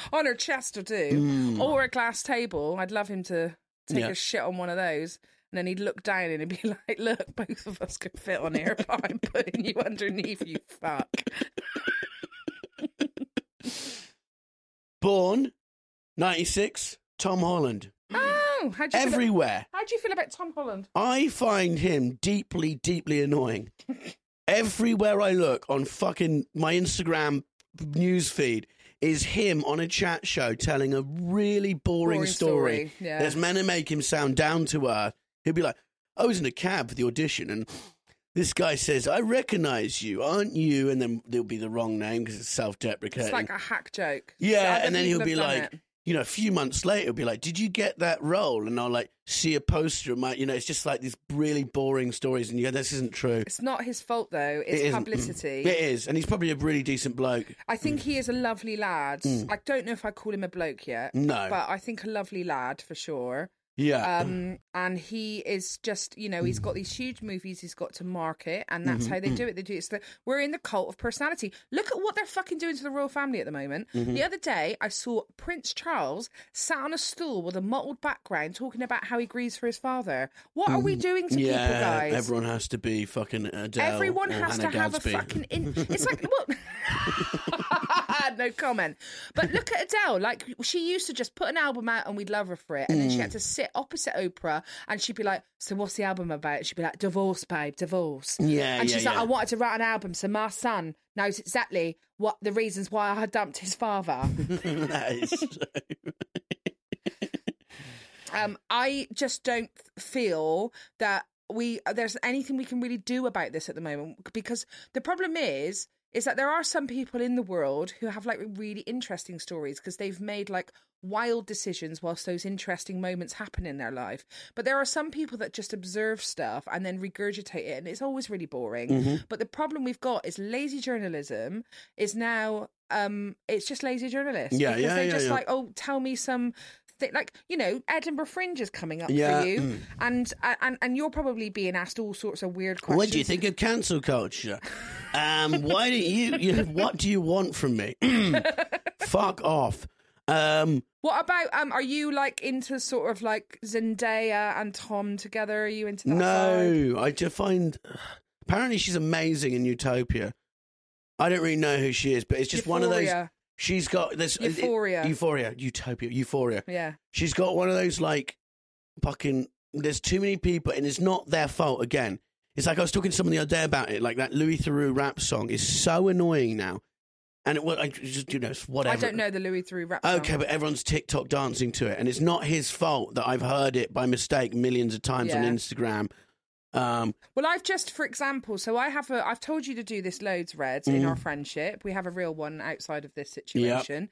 Speaker 5: on her chest or two, or a glass table. I'd love him to take
Speaker 2: Mm. Yeah.
Speaker 5: a shit on one of those, and then he'd look down and he'd be like, "Look, both of us could fit on here, but I'm putting you underneath, you fuck."
Speaker 2: Born '96, Tom Holland.
Speaker 5: Oh, how'd you feel? ab-
Speaker 2: Everywhere,
Speaker 5: How'd you feel about Tom Holland?
Speaker 2: I find him deeply, deeply annoying. Everywhere I look on fucking my Instagram newsfeed is him on a chat show telling a really boring,
Speaker 5: Boring
Speaker 2: story.
Speaker 5: story, yeah.
Speaker 2: There's men who make him sound down to earth. He'll be like, I was in a cab for the audition and this guy says, I recognize you, aren't you? And then there'll be the wrong name because it's self deprecating.
Speaker 5: It's like a hack joke.
Speaker 2: Yeah,
Speaker 5: So other
Speaker 2: and then he'll
Speaker 5: people
Speaker 2: be
Speaker 5: have done
Speaker 2: like,
Speaker 5: it.
Speaker 2: you know, a few months later, it'll be like, did you get that role? And I'll like see a poster of my, you know, it's just like these really boring stories. And you go, this isn't true.
Speaker 5: It's not his fault though. It's
Speaker 2: It isn't. Mm.
Speaker 5: publicity.
Speaker 2: It is. And he's probably a really decent bloke.
Speaker 5: I think he is a lovely lad. I don't know if I call him a bloke yet,
Speaker 2: Mm. No.
Speaker 5: but I think a lovely lad for sure.
Speaker 2: Yeah.
Speaker 5: Um, and he is just, you know, he's got these huge movies he's got to market, and that's how they
Speaker 2: Mm-hmm.
Speaker 5: do it. They do it. It's the, we're in the cult of personality. Look at what they're fucking doing to the royal family at the moment.
Speaker 2: Mm-hmm.
Speaker 5: The other day, I saw Prince Charles sat on a stool with a mottled background talking about how he grieves for his father. What are we doing to
Speaker 2: Mm-hmm. yeah.
Speaker 5: people, guys?
Speaker 2: Everyone has to be fucking Adele.
Speaker 5: Everyone
Speaker 2: or
Speaker 5: has
Speaker 2: Hannah
Speaker 5: to have
Speaker 2: Gadsby.
Speaker 5: a fucking. In- it's like what? no comment. But look at Adele. Like she used to just put an album out and we'd love her for it, and then
Speaker 2: Hmm.
Speaker 5: she had to sit opposite Oprah, and she'd be like, "So what's the album about?" She'd be like, "Divorce, babe, divorce."
Speaker 2: Yeah,
Speaker 5: And
Speaker 2: yeah,
Speaker 5: she's like,
Speaker 2: yeah.
Speaker 5: "I wanted to write an album so my son knows exactly what the reasons why I had dumped his father."
Speaker 2: that is so-
Speaker 5: um, I just don't feel that we uh, there's anything we can really do about this at the moment because the problem is is that there are some people in the world who have like really interesting stories because they've made like wild decisions whilst those interesting moments happen in their life but there are some people that just observe stuff and then regurgitate it and it's always really boring
Speaker 2: Mm-hmm.
Speaker 5: but the problem we've got is lazy journalism is now um it's just lazy journalists
Speaker 2: Yeah,
Speaker 5: because
Speaker 2: yeah,
Speaker 5: they
Speaker 2: yeah,
Speaker 5: just
Speaker 2: yeah.
Speaker 5: like oh tell me some thi- like you know edinburgh fringe is coming up
Speaker 2: Yeah. mm.
Speaker 5: for you and and and you're probably being asked all sorts of weird questions
Speaker 2: what do you think of cancel culture? Um, why don't you, you? What do you want from me? Fuck off. Um,
Speaker 5: what about um are you like into sort of like zendaya and tom together are you into that vibe?
Speaker 2: No, I just find. Apparently, she's amazing in Utopia. I don't really know who she is, but it's just one of those.
Speaker 5: Euphoria.
Speaker 2: She's got this it- it-
Speaker 5: Euphoria.
Speaker 2: Euphoria, Utopia, Euphoria.
Speaker 5: yeah
Speaker 2: She's got one of those like fucking. There's too many people, and it's not their fault. Again, it's like I was talking to someone the other day about it. Like that Louis Theroux rap song is so annoying now, and it was I just you know it's whatever.
Speaker 5: i don't know the louis through rap song.
Speaker 2: Okay, but everyone's TikTok dancing to it, and it's not his fault that I've heard it by mistake millions of times on
Speaker 5: Yeah.
Speaker 2: Instagram. Um,
Speaker 5: Well, I've just, for example, so I have a, I've told you to do this loads, Reds, in our friendship. We have a real one outside of this situation.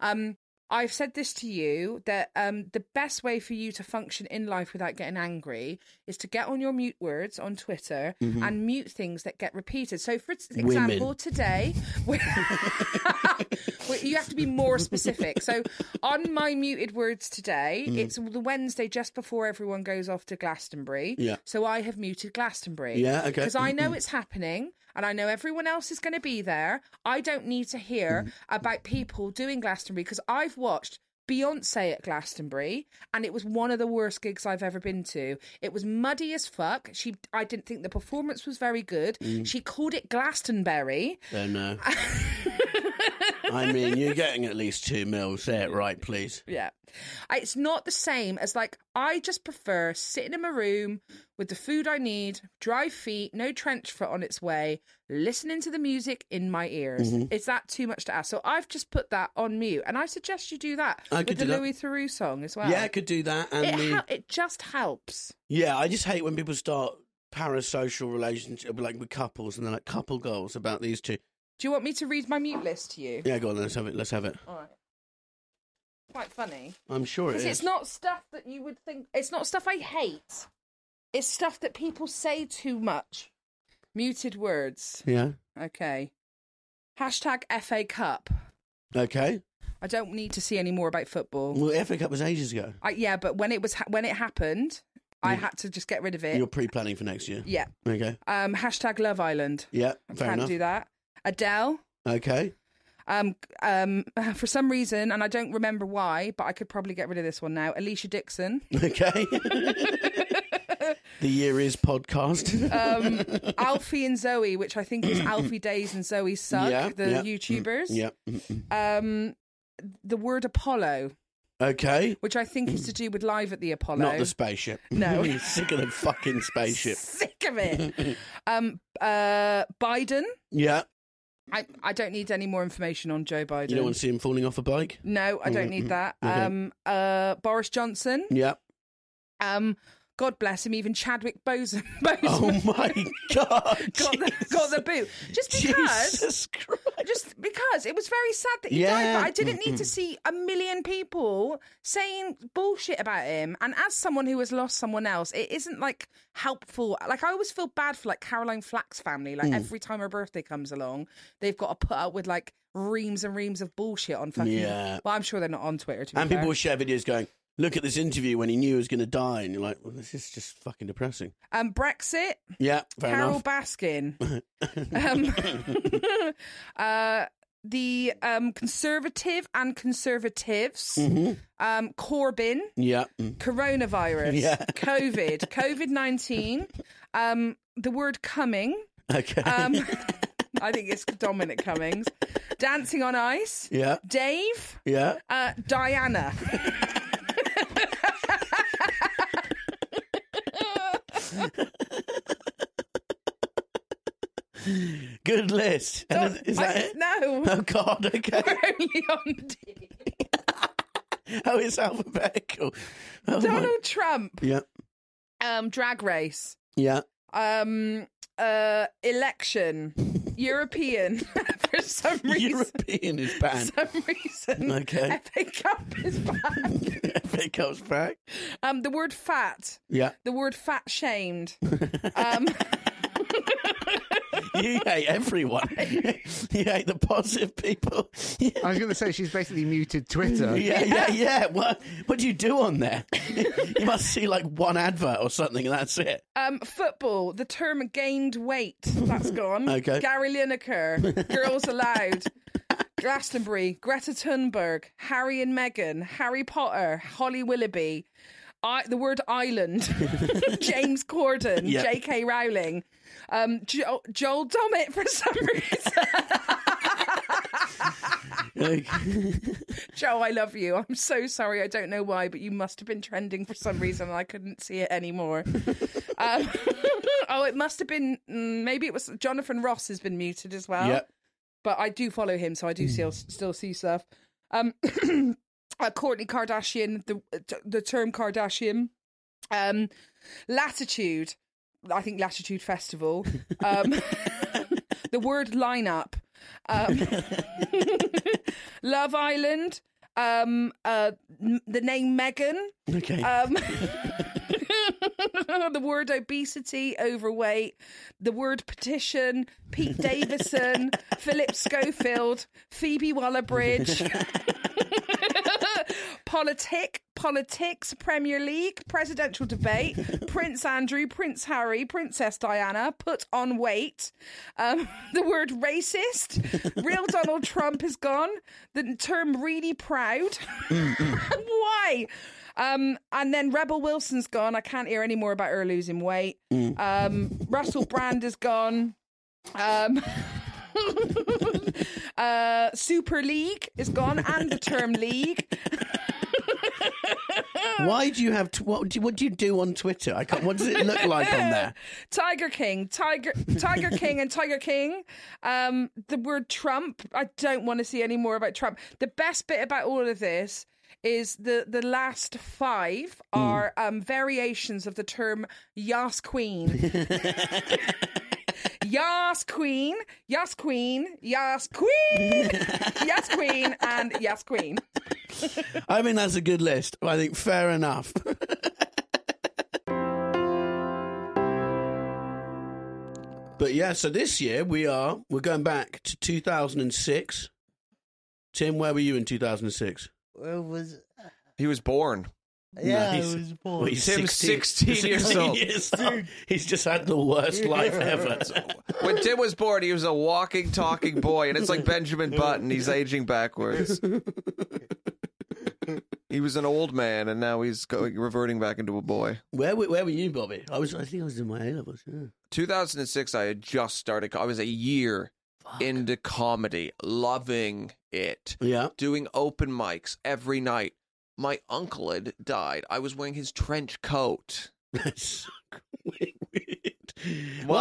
Speaker 5: Um, I've said this to you that um, the best way for you to function in life without getting angry is to get on your mute words on Twitter and mute things that get repeated. So, for ex-
Speaker 2: Women.
Speaker 5: example, today, we- we- you have to be more specific. So, on my muted words today, it's the Wednesday just before everyone goes off to Glastonbury.
Speaker 2: Yeah.
Speaker 5: So I have muted Glastonbury.
Speaker 2: Yeah, okay.
Speaker 5: Because I know it's happening and I know everyone else is going to be there. I don't need to hear
Speaker 2: Mm-hmm.
Speaker 5: about people doing Glastonbury because I've watched Beyonce at Glastonbury and it was one of the worst gigs I've ever been to. It was muddy as fuck. She I didn't think the performance was very good.
Speaker 2: Mm.
Speaker 5: She called it Glastonbury.
Speaker 2: don't know. uh, I mean, you're getting at least two mils. Say it right, please.
Speaker 5: Yeah. I, it's not the same as like I just prefer sitting in my room with the food I need, dry feet, no trench foot on its way, listening to the music in my ears.
Speaker 2: Mm-hmm.
Speaker 5: Is that too much to ask? So I've just put that on mute and I suggest you do that
Speaker 2: I
Speaker 5: with
Speaker 2: could
Speaker 5: the
Speaker 2: do that.
Speaker 5: Louis Theroux song as well.
Speaker 2: Yeah, I could do that. And
Speaker 5: it,
Speaker 2: the,
Speaker 5: hel- it just helps.
Speaker 2: yeah, I just hate when people start parasocial relationship like with couples and they're like couple goals about these two.
Speaker 5: Do you want me to read my mute list to you?
Speaker 2: Yeah, go on, let's have it. Let's have it.
Speaker 5: All right. Quite funny.
Speaker 2: I'm sure it
Speaker 5: Because
Speaker 2: is.
Speaker 5: it's not stuff that you would think. It's not stuff I hate. It's stuff that people say too much. Muted words.
Speaker 2: Yeah.
Speaker 5: Okay. Hashtag FA Cup.
Speaker 2: Okay.
Speaker 5: I don't need to see any more about football.
Speaker 2: Well, the FA Cup was ages ago.
Speaker 5: I, yeah, but when it was ha- when it happened, I had to just get rid of it.
Speaker 2: You're pre-planning for next year.
Speaker 5: Yeah.
Speaker 2: Okay.
Speaker 5: Um. Hashtag Love Island.
Speaker 2: Yeah.
Speaker 5: I
Speaker 2: Fair
Speaker 5: can't
Speaker 2: enough.
Speaker 5: do that. Adele.
Speaker 2: Okay.
Speaker 5: Um. Um. For some reason, and I don't remember why, but I could probably get rid of this one now. Alicia Dixon.
Speaker 2: Okay. the year is podcast.
Speaker 5: um, Alfie and Zoe, which I think is Alfie Days and Zoe Suck,
Speaker 2: Yeah,
Speaker 5: the
Speaker 2: yeah, Mm,
Speaker 5: YouTubers.
Speaker 2: yeah. Mm-hmm.
Speaker 5: Um, the word Apollo,
Speaker 2: Okay.
Speaker 5: which I think is to do with live at the Apollo.
Speaker 2: Mm. Not the spaceship.
Speaker 5: No.
Speaker 2: You're sick of the fucking spaceship.
Speaker 5: Sick of it. um, uh, Biden.
Speaker 2: Yeah.
Speaker 5: I, I don't need any more information on Joe Biden.
Speaker 2: You don't want to see him falling off a bike?
Speaker 5: no, I don't need that.
Speaker 2: Mm-hmm, Okay.
Speaker 5: Um, uh, Boris Johnson.
Speaker 2: Yeah.
Speaker 5: Um, God bless him, even Chadwick Boseman, Boseman
Speaker 2: Oh my god!
Speaker 5: got, the, got the boot. Just because
Speaker 2: Jesus Christ.
Speaker 5: just because it was very sad that he died,
Speaker 2: Yeah.
Speaker 5: but I didn't need to see a million people saying bullshit about him. And as someone who has lost someone else, it isn't like helpful. Like I always feel bad for like Caroline Flack's family.
Speaker 2: Mm.
Speaker 5: Like every time her birthday comes along, they've got to put up with like reams and reams of bullshit on fucking.
Speaker 2: Yeah.
Speaker 5: Well, I'm sure they're not on Twitter. To be
Speaker 2: and
Speaker 5: fair.
Speaker 2: people will share videos going, "Look at this interview when he knew he was going to die," and you're like, "Well, this is just fucking depressing."
Speaker 5: Um, Brexit.
Speaker 2: Yeah, fair
Speaker 5: Carol
Speaker 2: enough.
Speaker 5: Baskin. um, uh, the um, conservative and conservatives.
Speaker 2: Mm-hmm.
Speaker 5: Um, Corbyn.
Speaker 2: yeah, mm.
Speaker 5: Coronavirus.
Speaker 2: Yeah.
Speaker 5: COVID. COVID 19. Um, the word coming.
Speaker 2: okay,
Speaker 5: Um, I think it's Dominic Cummings. Dancing on Ice.
Speaker 2: yeah,
Speaker 5: Dave.
Speaker 2: yeah.
Speaker 5: Uh, Diana.
Speaker 2: Good list. And then- is that
Speaker 5: I-
Speaker 2: it?
Speaker 5: No.
Speaker 2: Oh God! Okay,
Speaker 5: We're only on D.
Speaker 2: oh, it's alphabetical. Oh, my-
Speaker 5: Donald Trump.
Speaker 2: Yeah,
Speaker 5: Um, drag race.
Speaker 2: yeah.
Speaker 5: um uh election european for some reason
Speaker 2: European is
Speaker 5: for
Speaker 2: banned.
Speaker 5: some reason
Speaker 2: Okay.
Speaker 5: FA Cup is back.
Speaker 2: it comes back.
Speaker 5: um the word fat
Speaker 2: Yeah,
Speaker 5: the word fat shamed um
Speaker 2: you hate everyone. you hate the positive people.
Speaker 6: I was going to say she's basically muted Twitter.
Speaker 2: Yeah, yeah, yeah. What what do you do on there? you must see like one advert or something, and that's it.
Speaker 5: um football the term gained weight that's gone
Speaker 2: Okay.
Speaker 5: gary lineker girls allowed glastonbury greta thunberg harry and meghan harry potter holly willoughby I, the word island, James Corden,
Speaker 2: Yeah.
Speaker 5: J.K. Rowling, um, jo- Joel Dommett for some reason.
Speaker 2: Like,
Speaker 5: Joe, I love you. I'm so sorry. I don't know why, but you must have been trending for some reason and I couldn't see it anymore. um, oh, it must have been, mm, maybe it was Jonathan Ross has been muted as well.
Speaker 2: Yep.
Speaker 5: But I do follow him, so I do still, still see stuff. Um, uh, Courtney Kardashian, the, the term Kardashian. Um, latitude, I think Latitude Festival. Um, the word lineup. Um, Love Island. Um, uh, n- the name Megan.
Speaker 2: okay.
Speaker 5: Um, the word obesity, overweight. The word petition. Pete Davison. Philip Schofield. Phoebe Waller Bridge. Politic, politics, Premier League, presidential debate, Prince Andrew, Prince Harry, Princess Diana, put on weight. Um, the word racist, real Donald Trump is gone. The term really proud. Why? Um, and then Rebel Wilson's gone. I can't hear any more about her losing weight. Um, Russell Brand is gone. Um, uh, Super League is gone, and the term league.
Speaker 2: Why do you have t- what? Do you, what do you do on Twitter? I can't, what does it look like on there?
Speaker 5: Tiger King, Tiger, Tiger King, and Tiger King. Um, the word Trump. I don't want to see any more about Trump. The best bit about all of this is the the last five
Speaker 6: Hmm.
Speaker 5: are um, variations of the term Yas Queen. Yas Queen, Yas Queen, Yas Queen, Yas Queen, and Yas Queen.
Speaker 2: I mean, that's a good list. I think fair enough. but yeah, so this year we are we're going back to 2006. Tim, where were you in 2006?
Speaker 6: Where was?
Speaker 3: He was born.
Speaker 6: Yeah, I
Speaker 2: Nice.
Speaker 6: was
Speaker 2: Well,
Speaker 6: born.
Speaker 2: he's
Speaker 3: Tim's 16 years old.
Speaker 2: years old. He's just had the worst life ever.
Speaker 3: When Tim was born, he was a walking, talking boy, and it's like Benjamin Button. He's aging backwards. He was an old man, and now he's going, reverting back into a boy.
Speaker 2: Where were, where were you, Bobby? I was. I think I was in my A levels. Yeah.
Speaker 3: 2006, I had just started. I was a year into comedy, loving it,
Speaker 2: yeah.
Speaker 3: doing open mics every night. My uncle had died. I was wearing his trench coat.
Speaker 2: That's so weird.
Speaker 3: Well-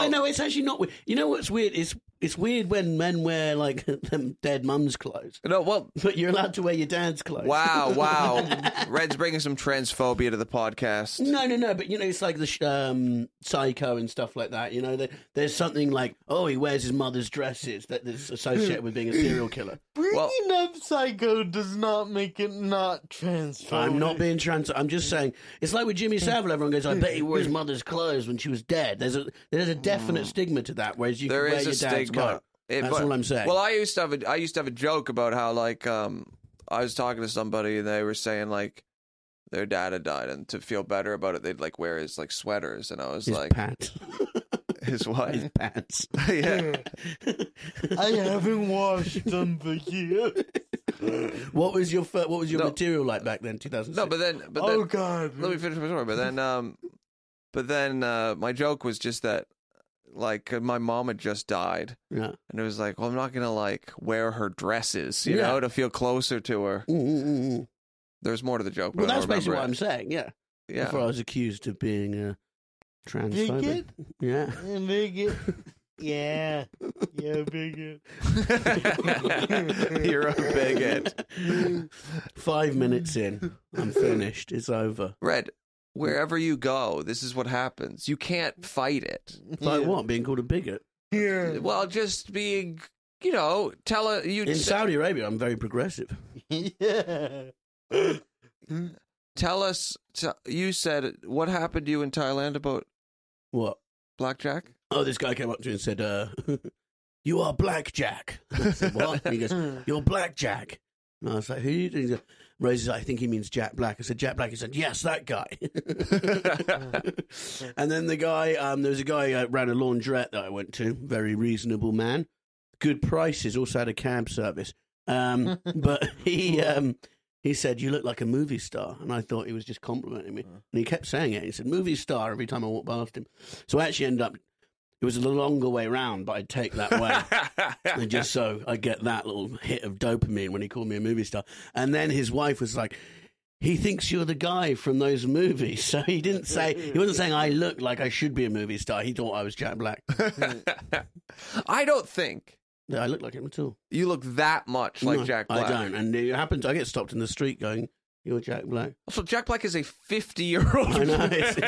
Speaker 2: Well, no, it's actually not weird. You know what's weird is It's weird when men wear like them dead mum's clothes,
Speaker 3: No, well,
Speaker 2: but you're allowed to wear your dad's clothes.
Speaker 3: wow, wow. Red's bringing some transphobia to the podcast.
Speaker 2: No, no, no. But you know, it's like the sh- um, psycho and stuff like that. You know, there, there's something like, oh, he wears his mother's dresses that is associated with being a serial killer.
Speaker 6: Bringing
Speaker 3: Well-
Speaker 6: up Psycho does not make it not transphobic.
Speaker 2: I'm not being trans. I'm just saying it's like with Jimmy Savile. Everyone goes, "I bet he wore his mother's clothes when she was dead." There's a there's a definite stigma to that. Whereas you
Speaker 3: There
Speaker 2: can wear
Speaker 3: is
Speaker 2: your
Speaker 3: a
Speaker 2: dad's
Speaker 3: stigma.
Speaker 2: coat.
Speaker 3: It-
Speaker 2: That's
Speaker 3: but-
Speaker 2: all I'm saying.
Speaker 3: Well, I used to have a I used to have a joke about how like um I was talking to somebody and they were saying like their dad had died and to feel better about it they'd like wear his like sweaters and I was
Speaker 2: his
Speaker 3: like
Speaker 2: pants.
Speaker 3: his what
Speaker 2: his pants.
Speaker 3: yeah
Speaker 6: I haven't washed them for years.
Speaker 2: What was your fir- what was your
Speaker 3: No.
Speaker 2: material like back then? 2006.
Speaker 3: no but then but then
Speaker 6: oh God!
Speaker 3: let me
Speaker 2: Mm-hmm.
Speaker 3: finish my story but then um but then uh my joke was just that like uh, my mom had just died
Speaker 2: yeah.
Speaker 3: and it was like well I'm not gonna like wear her dresses you
Speaker 2: Yeah.
Speaker 3: know to feel closer to her
Speaker 2: Mm, mm, mm, mm.
Speaker 3: there's more to the joke but
Speaker 2: Well,
Speaker 3: I
Speaker 2: that's
Speaker 3: don't
Speaker 2: basically what
Speaker 3: remember
Speaker 2: I'm saying. Yeah.
Speaker 3: it. yeah
Speaker 2: Before I was accused of being uh, transphobic.
Speaker 6: bigot,
Speaker 2: Yeah.
Speaker 6: Eh, bigot. Yeah, yeah, bigot.
Speaker 3: You're a bigot.
Speaker 2: Five minutes in, I'm finished. It's over.
Speaker 3: Red, wherever you go, this is what happens. You can't fight it.
Speaker 2: Like
Speaker 6: Yeah.
Speaker 2: what? Being called a bigot
Speaker 6: Yeah,
Speaker 3: Well, just being, you know, tell her you
Speaker 2: Mm. in Saudi Arabia? I'm very progressive.
Speaker 6: yeah.
Speaker 3: tell us. T- you said what happened to you in Thailand about
Speaker 2: What?
Speaker 3: blackjack?
Speaker 2: Oh, this guy came up to me and said, uh, "You are Blackjack." I said, what? And he goes, "You're Blackjack." And I was like, "Who?" Are you? And he goes, Rose is like, "I think he means Jack Black." I said, "Jack Black." He said, "Yes, that guy." and then the guy, um, there was a guy uh, ran a laundrette that I went to. Very reasonable man, good prices. Also had a cab service. Um, but he um, he said, "You look like a movie star," and I thought he was just complimenting me. And he kept saying it. He said, "Movie star" every time I walked past him. So I actually ended up. It was the longer way round, but I'd take that way. And just so I get that little hit of dopamine when he called me a movie star. And then his wife was like, he thinks you're the guy from those movies. So he didn't say, he wasn't saying I look like I should be a movie star. He thought I was Jack Black.
Speaker 3: Hmm. I don't think
Speaker 2: No, I look like him at all.
Speaker 3: you look that much like
Speaker 2: No,
Speaker 3: Jack Black.
Speaker 2: I don't. And it happens, I get stopped in the street going, you're Jack Black.
Speaker 3: Also, Jack Black is a fifty-year-old.
Speaker 2: I know. It's,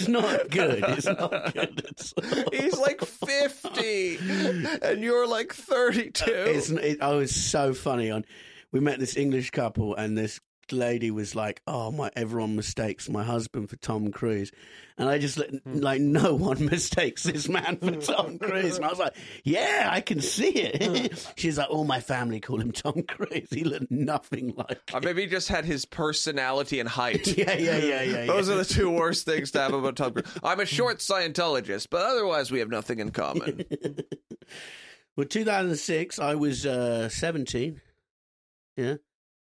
Speaker 2: it's not good. It's not good. It's,
Speaker 3: He's like 50 and you're like 32.
Speaker 2: Uh, It's, it, I was so funny on. We met this English couple, and this lady was like, "Oh my! Everyone mistakes my husband for Tom Cruise," and I just let, like no one mistakes this man for Tom Cruise, and I was like, "Yeah, I can see it." She's like, "All my family call him Tom Cruise. He looked nothing like."
Speaker 3: Or Uh, maybe he just had his personality and height.
Speaker 2: Yeah, yeah, yeah, yeah.
Speaker 3: Those
Speaker 2: yeah.
Speaker 3: are the two worst things to have about Tom Cruise. I'm a short Scientologist, but otherwise we have nothing in common.
Speaker 2: Well, 2006, I was uh, 17. Yeah.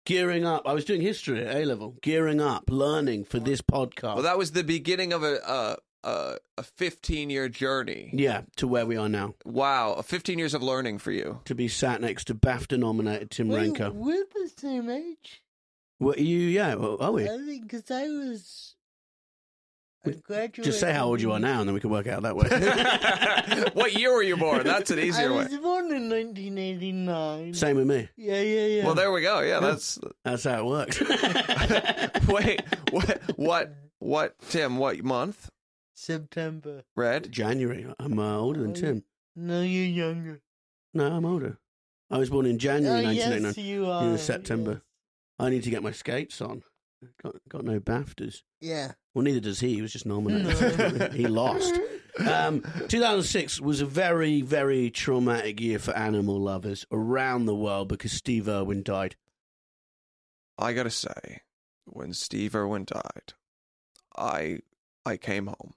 Speaker 2: Gearing up. I was doing history at A level. Gearing up, learning for this podcast.
Speaker 3: Well, that was the beginning of a a, a, a 15 year journey.
Speaker 2: yeah, to where we are now.
Speaker 3: Wow, 15 years of learning for you.
Speaker 2: To be sat next to BAFTA nominated Tim
Speaker 6: Wait,
Speaker 2: Renko.
Speaker 6: we're the same age.
Speaker 2: What you, yeah, well, are
Speaker 6: I
Speaker 2: we?
Speaker 6: think because I was. I graduated.
Speaker 2: Just say how old you are now and then we can work it out that way.
Speaker 3: what year were you born? That's an easier
Speaker 6: I
Speaker 3: way.
Speaker 6: was born in 1989.
Speaker 2: Same with me.
Speaker 6: Yeah, yeah, yeah.
Speaker 3: Well, there we go. Yeah, that's
Speaker 2: That's how it works.
Speaker 3: wait. What? What? What? Tim? What month?
Speaker 6: September.
Speaker 3: Red?
Speaker 2: January. I'm uh, older than Tim.
Speaker 6: No, you're younger.
Speaker 2: No, I'm older. I was born in January
Speaker 6: oh,
Speaker 2: 1989.
Speaker 6: yes, you are.
Speaker 2: in September. I need to get my skates on. Got got no BAFTAs.
Speaker 6: Yes.
Speaker 2: Well, neither does he. He was just nominated. he lost. Um, 2006 was a very, very traumatic year for animal lovers around the world because Steve Irwin died.
Speaker 3: I gotta say, when Steve Irwin died, I I came home,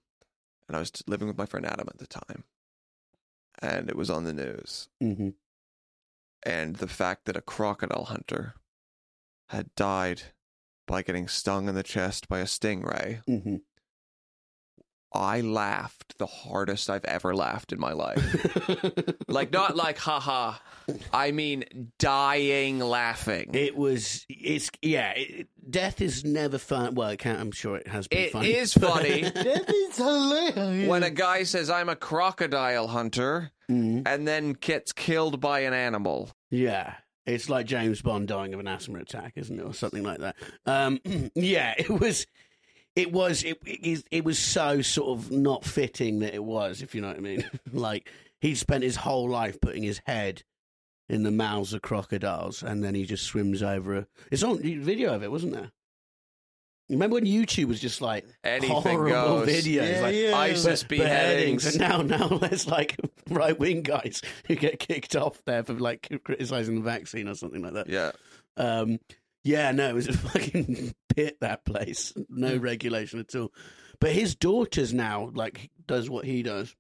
Speaker 3: and I was living with my friend Adam at the time, and it was on the news,
Speaker 2: Mm-hmm.
Speaker 3: and the fact that a crocodile hunter had died by getting stung in the chest by a stingray.
Speaker 2: Mm-hmm.
Speaker 3: I laughed the hardest I've ever laughed in my life.
Speaker 2: Mm-hmm.
Speaker 3: like not like haha. I mean dying laughing.
Speaker 2: It was. It's yeah. It, death is never fun. Well, it can, I'm sure it has been
Speaker 3: It
Speaker 2: funny.
Speaker 3: is funny
Speaker 6: That is hilarious.
Speaker 3: when a guy says I'm a crocodile hunter and then gets killed by an animal.
Speaker 2: Yeah. It's like James Bond dying of an asthma attack, isn't it, or something like that? Um, yeah, it was, it was, it, it is- it was so sort of not fitting that it was, if you know what I mean. like he spent his whole life putting his head in the mouths of crocodiles, and then he just swims over. A, it's on the video of it, wasn't there? Remember when YouTube was just like
Speaker 3: Anything
Speaker 2: horrible
Speaker 3: goes.
Speaker 2: videos,
Speaker 6: Yeah,
Speaker 2: like
Speaker 6: yeah.
Speaker 3: ISIS
Speaker 2: but- beheadings.
Speaker 3: beheadings.
Speaker 2: And now, now there's like right wing guys who get kicked off there for like criticizing the vaccine or something like that.
Speaker 3: Yeah.
Speaker 2: Um, yeah, no, it was a fucking pit that place. No regulation at all. But his daughter's now like does what he does.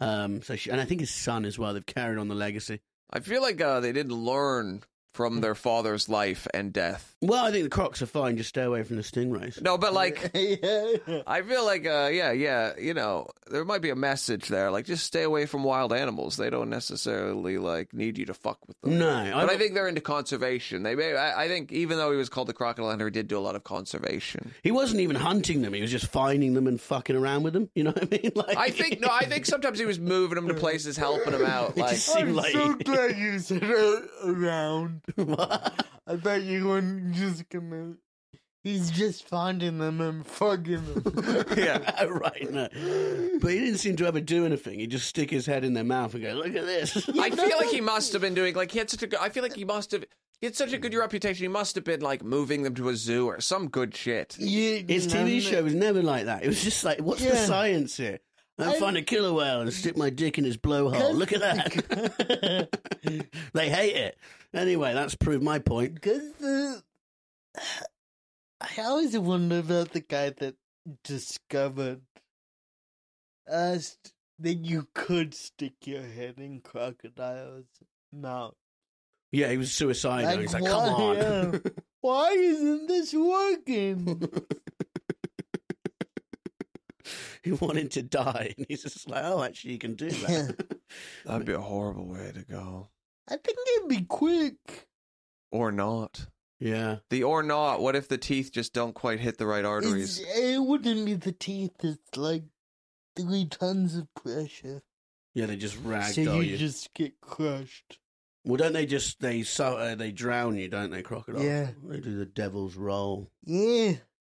Speaker 2: Um, so she, and I think his son as well. They've carried on the legacy.
Speaker 3: I feel like uh, they didn't learn from their father's life and death.
Speaker 2: Well, I think the crocs are fine. Just stay away from the stingrays.
Speaker 3: No, but like
Speaker 6: yeah.
Speaker 3: I feel like uh, yeah, yeah, you know, there might be a message there. Like just stay away from wild animals. They don't necessarily like need you to fuck with them.
Speaker 2: No,
Speaker 3: But I think they're into conservation. They may, I, I think even though he was called the crocodile hunter, he did do a lot of conservation.
Speaker 2: he wasn't even hunting them. He was just finding them and fucking around with them. You know what I mean? Like,
Speaker 3: I think no, I think sometimes he was moving them to places, helping them out. Like
Speaker 2: just-
Speaker 6: I'm
Speaker 2: Seem like-
Speaker 6: so glad you said a- around. I bet you wouldn't just come out. He's just finding them and fucking them.
Speaker 2: yeah, right. No, but he didn't seem to ever do anything. He'd just stick his head in their mouth and go, "Look at this."
Speaker 3: I feel like he must have been doing like he had such a good. I feel like he must have. He had such a good reputation. He must have been like moving them to a zoo or some good shit.
Speaker 6: You-
Speaker 2: His TV
Speaker 6: no,
Speaker 2: show was never like that. It was just like, what's the
Speaker 6: Yeah.
Speaker 2: science here? I
Speaker 6: I-
Speaker 2: find a killer whale and stick my dick in his blowhole. Look at that. they hate it. Anyway, that's proved my point.
Speaker 6: Because the. I always wonder about the guy that discovered uh, st- that you could stick your head in crocodiles' mouth.
Speaker 2: Yeah, he was suicidal.
Speaker 6: Like,
Speaker 2: He's like, come
Speaker 6: why-
Speaker 2: on.
Speaker 6: yeah. Why isn't this working?
Speaker 2: he wanted to die. And he's just like, oh, actually, you can do that.
Speaker 3: That'd be a horrible way to go,
Speaker 6: I think it'd be quick.
Speaker 3: or not.
Speaker 2: yeah.
Speaker 3: The or not. What if the teeth just don't quite hit the right
Speaker 6: It's,
Speaker 3: arteries?
Speaker 6: it wouldn't be the teeth. It's like three tons of pressure.
Speaker 2: Yeah, they just ragdoll
Speaker 6: so you,
Speaker 2: you.
Speaker 6: just get crushed.
Speaker 2: Well, don't they just, they so, uh, they drown you, don't they, crocodile?
Speaker 6: Yeah.
Speaker 2: They do the devil's roll.
Speaker 6: Yeah.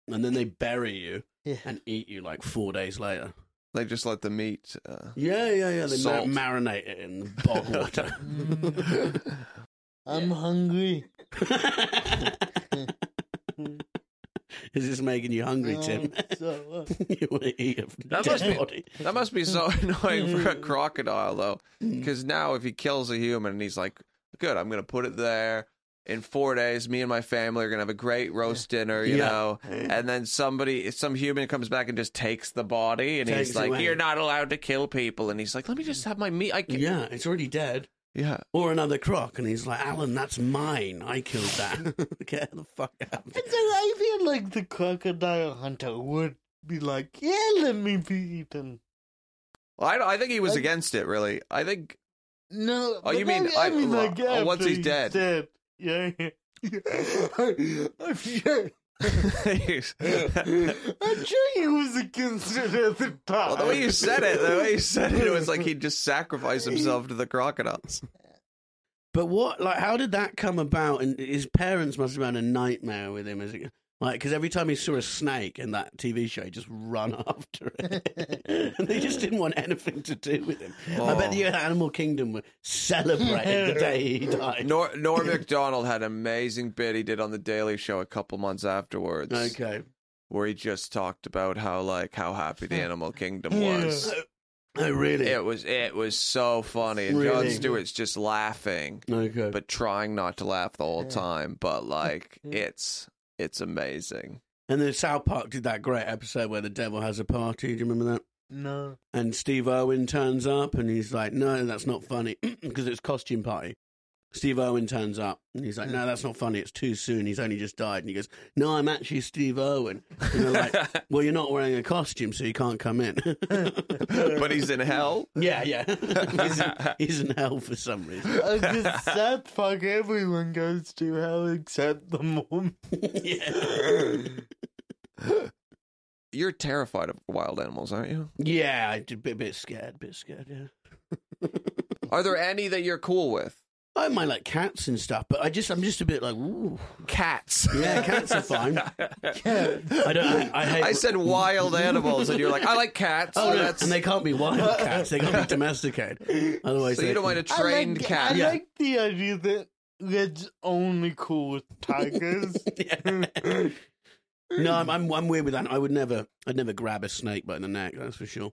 Speaker 2: And then they bury you
Speaker 6: Yeah.
Speaker 2: and eat you like four days later.
Speaker 3: They just let the meat. Uh...
Speaker 2: Yeah, yeah, yeah. They mar-
Speaker 3: Salt.
Speaker 2: marinate it in the bog water.
Speaker 6: I'm hungry.
Speaker 2: Is this making you hungry, Tim?
Speaker 6: Um, so, uh,
Speaker 2: you want to eat a
Speaker 3: That
Speaker 2: dead
Speaker 3: must be-
Speaker 2: body?
Speaker 3: That must be so annoying for a crocodile, though,
Speaker 2: Mm.
Speaker 3: because now if he kills a human and he's like, "Good, I'm gonna put it there." In four days, me and my family are gonna have a great roast dinner, you
Speaker 2: Yeah.
Speaker 3: know. And then somebody, some human comes back and just takes the body, and
Speaker 2: Takes
Speaker 3: he's
Speaker 2: it
Speaker 3: like,
Speaker 2: away.
Speaker 3: "You're not allowed to kill people." And he's like, "Let me just have my meat." I can-
Speaker 2: Yeah, it's already dead.
Speaker 3: yeah.
Speaker 2: Or another croc, and he's like, "Alan, that's mine. I killed that. Get the fuck out." of
Speaker 6: and
Speaker 2: it."
Speaker 6: so I feel like the crocodile hunter would be like, yeah, let me be eaten.
Speaker 3: Well, I, don't- I think he was
Speaker 6: Like-
Speaker 3: against it. Really, I think
Speaker 6: No.
Speaker 3: Oh, you
Speaker 6: but
Speaker 3: mean I- oh,
Speaker 6: after
Speaker 3: once he's dead.
Speaker 6: dead. Yeah. yeah. I'm sure. I'm sure he was against it at the time.
Speaker 3: Well, the way you said it, the way you said it, it was like he just sacrificed himself to the crocodiles.
Speaker 2: But what? Like, how did that come about? And his parents must have had a nightmare with him, as he, like, because every time he saw a snake in that TV show, he just run after it, and they just didn't want anything to do with him. I bet
Speaker 3: Oh.
Speaker 2: the Animal Kingdom were celebrating the day he died.
Speaker 3: Nor, Norm MacDonald had an amazing bit he did on The Daily Show a couple months afterwards,
Speaker 2: Okay.
Speaker 3: where he just talked about how like how happy the animal kingdom was.
Speaker 2: Oh, really?
Speaker 3: It was it was so funny, and John
Speaker 2: Really?
Speaker 3: Stewart's just laughing,
Speaker 2: Okay.
Speaker 3: but trying not to laugh the whole time. But like it's it's amazing.
Speaker 2: and then South Park did that great episode where the devil has a party. Do you remember that?
Speaker 6: No.
Speaker 2: And Steve Irwin turns up and he's like, no, that's not funny because it's costume party. Steve Owen turns up and he's like, "No, that's not funny. It's too soon. He's only just died." And he goes, "No, I'm actually Steve Owen." And they're like, "Well, you're not wearing a costume, so you can't come in."
Speaker 3: but he's in hell.
Speaker 2: yeah, yeah, he's, in, he's in hell for some reason.
Speaker 6: Uh, 'cause South Park, everyone goes to hell except the mom.
Speaker 2: yeah.
Speaker 3: You're terrified of wild animals, aren't you?
Speaker 2: yeah, I did- bit bit scared, bit scared. Yeah.
Speaker 3: Are there any that you're cool with?
Speaker 2: I might like cats and stuff, but I just I'm just a bit like, ooh,
Speaker 3: Cats.
Speaker 2: yeah, cats are fine. I don't. I, I hate.
Speaker 3: I said wild animals, and you're like, I like cats.
Speaker 2: Oh,
Speaker 3: so
Speaker 2: no,
Speaker 3: that's-
Speaker 2: and they can't be wild cats. They got to be domesticated. Otherwise,
Speaker 3: so
Speaker 2: they,
Speaker 3: you don't mind a
Speaker 6: I
Speaker 3: trained
Speaker 6: like,
Speaker 3: cat.
Speaker 6: I like the idea that Red's only cool with tigers.
Speaker 2: Yeah. no, I'm, I'm I'm weird with that. I would never I'd never grab a snake by the neck. That's for sure.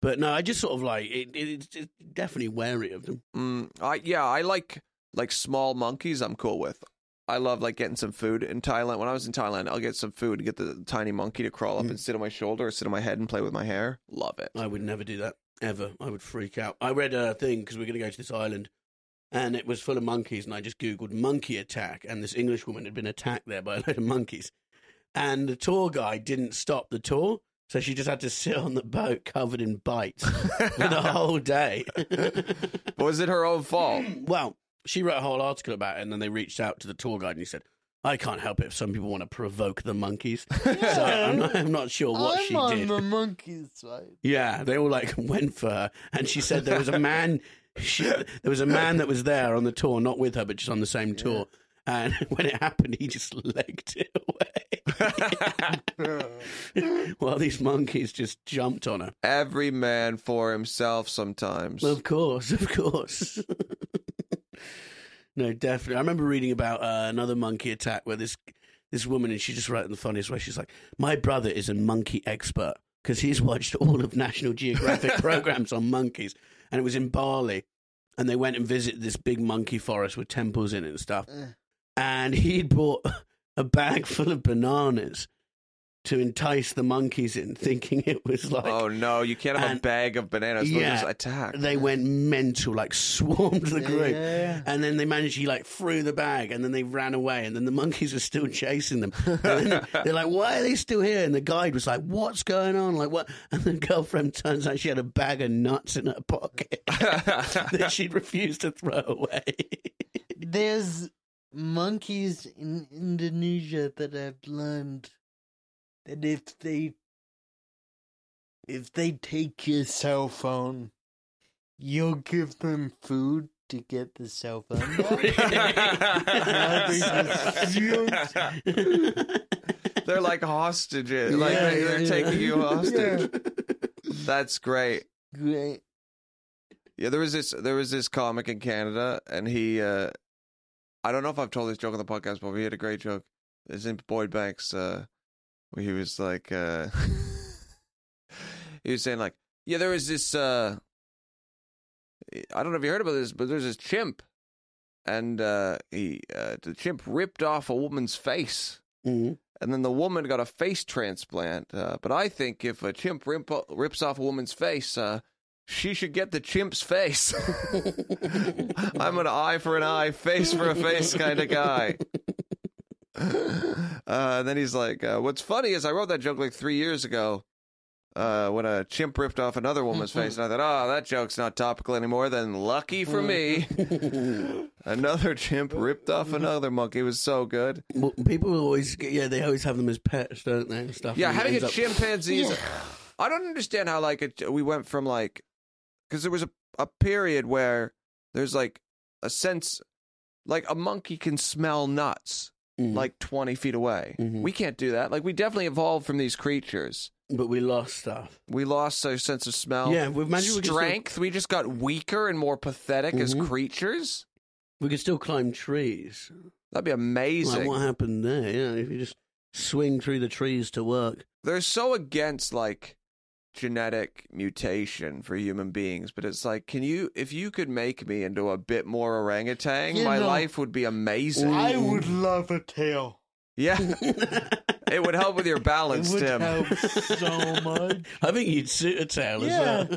Speaker 2: But no, I just sort of like it. it it's just definitely wary of them.
Speaker 3: Mm, I yeah, I like like small monkeys. I'm cool with. I love like getting some food in Thailand. When I was in Thailand, I'll get some food and get the tiny monkey to crawl up and sit on my shoulder or sit on my head and play with my hair. Love it.
Speaker 2: I would never do that ever. I would freak out. I read a thing because we're going to go to this island, and it was full of monkeys. And I just googled monkey attack, and this English woman had been attacked there by a load of monkeys. And the tour guide didn't stop the tour, so she just had to sit on the boat covered in bites for the whole day.
Speaker 3: But was it her own fault?
Speaker 2: well, she wrote a whole article about it, and then they reached out to the tour guide, and he said. I can't help it if some people want to provoke the monkeys. So I'm not, I'm not sure
Speaker 3: Oh,
Speaker 2: what
Speaker 6: I'm
Speaker 2: she
Speaker 6: on
Speaker 2: did.
Speaker 6: the monkey's side.
Speaker 2: Yeah, they all like went for her, and she said there was a man. She, there was a man that was there on the tour, not with her, but just on the same tour. And when it happened, he just legged it away. While these monkeys just jumped on her.
Speaker 3: Every man for himself sometimes.
Speaker 2: Of course, of course. no, definitely. I remember reading about uh, another monkey attack where this this woman and she just wrote in the funniest way. She's like, "My brother is a monkey expert because he's watched all of National Geographic programs on monkeys, and it was in Bali, and they went and visited this big monkey forest with temples in it and stuff, and he'd bought a bag full of bananas." To entice the monkeys in, thinking it was like
Speaker 3: oh no, you can't have a
Speaker 2: And-
Speaker 3: bag of bananas. They'll
Speaker 2: Yeah.
Speaker 3: just attack.
Speaker 2: they went mental, like swarmed the group.
Speaker 6: Yeah.
Speaker 2: And then they managed, he like threw the bag and then they ran away. And then the monkeys were still chasing them. And then they're like, why are they still here? And the guide was like, what's going on? Like, what? And the girlfriend turns out she had a bag of nuts in her pocket that she'd refused to throw away.
Speaker 6: There's monkeys in Indonesia that have learned that if they if they take your cell phone, you'll give them food to get the cell phone. back.
Speaker 3: They're like hostages. like
Speaker 6: Yeah,
Speaker 3: they, they're
Speaker 6: yeah, yeah.
Speaker 3: taking you hostage. That's great.
Speaker 6: Great.
Speaker 3: Yeah, there was this there was this comic in Canada, and he uh I don't know if I've told this joke on the podcast, but he had a great joke. It's in Boyd Banks, uh where he was like uh he was saying like, Yeah, there was this uh I don't know if you heard about this, but there's this chimp and uh he uh the chimp ripped off a woman's face
Speaker 2: Mhm.
Speaker 3: and then the woman got a face transplant. Uh, but I think if a chimp rip, rips off a woman's face, uh, she should get the chimp's face. I'm an eye for an eye, face for a face kind of guy. Uh, and then he's like, uh, "What's funny is I wrote that joke like three years ago." Uh, when a chimp ripped off another woman's face, and I thought, oh, that joke's not topical anymore. Then lucky for me, another chimp ripped off another monkey. It was so good.
Speaker 2: Well, people always, yeah, they always have them as pets, don't they? And stuff.
Speaker 3: Yeah,
Speaker 2: And it
Speaker 3: having
Speaker 2: ends
Speaker 3: a
Speaker 2: up-
Speaker 3: chimpanzee. Is, I don't understand how like it, we went from like because there was a a period where there's like a sense like a monkey can smell nuts
Speaker 2: Mhm.
Speaker 3: like 20 feet away.
Speaker 2: Mhm.
Speaker 3: We can't do that. Like we definitely evolved from these creatures.
Speaker 2: But we lost stuff.
Speaker 3: We lost our sense of smell.
Speaker 2: Yeah, we- imagine we could still-
Speaker 3: strength. We just got weaker and more pathetic
Speaker 2: Mhm.
Speaker 3: as creatures.
Speaker 2: We could still climb trees.
Speaker 3: That'd be amazing.
Speaker 2: Like what happened there? You know, if you just swing through the trees to work.
Speaker 3: they're so against like genetic mutation for human beings but it's like can you if you could make me into a bit more orangutan
Speaker 6: You
Speaker 3: my
Speaker 6: know-
Speaker 3: life would be amazing
Speaker 6: I would love a tail.
Speaker 3: yeah it would help with your
Speaker 6: It
Speaker 3: balance
Speaker 6: would
Speaker 3: tim
Speaker 6: help so much.
Speaker 2: I think you'd suit a tail as
Speaker 6: Yeah.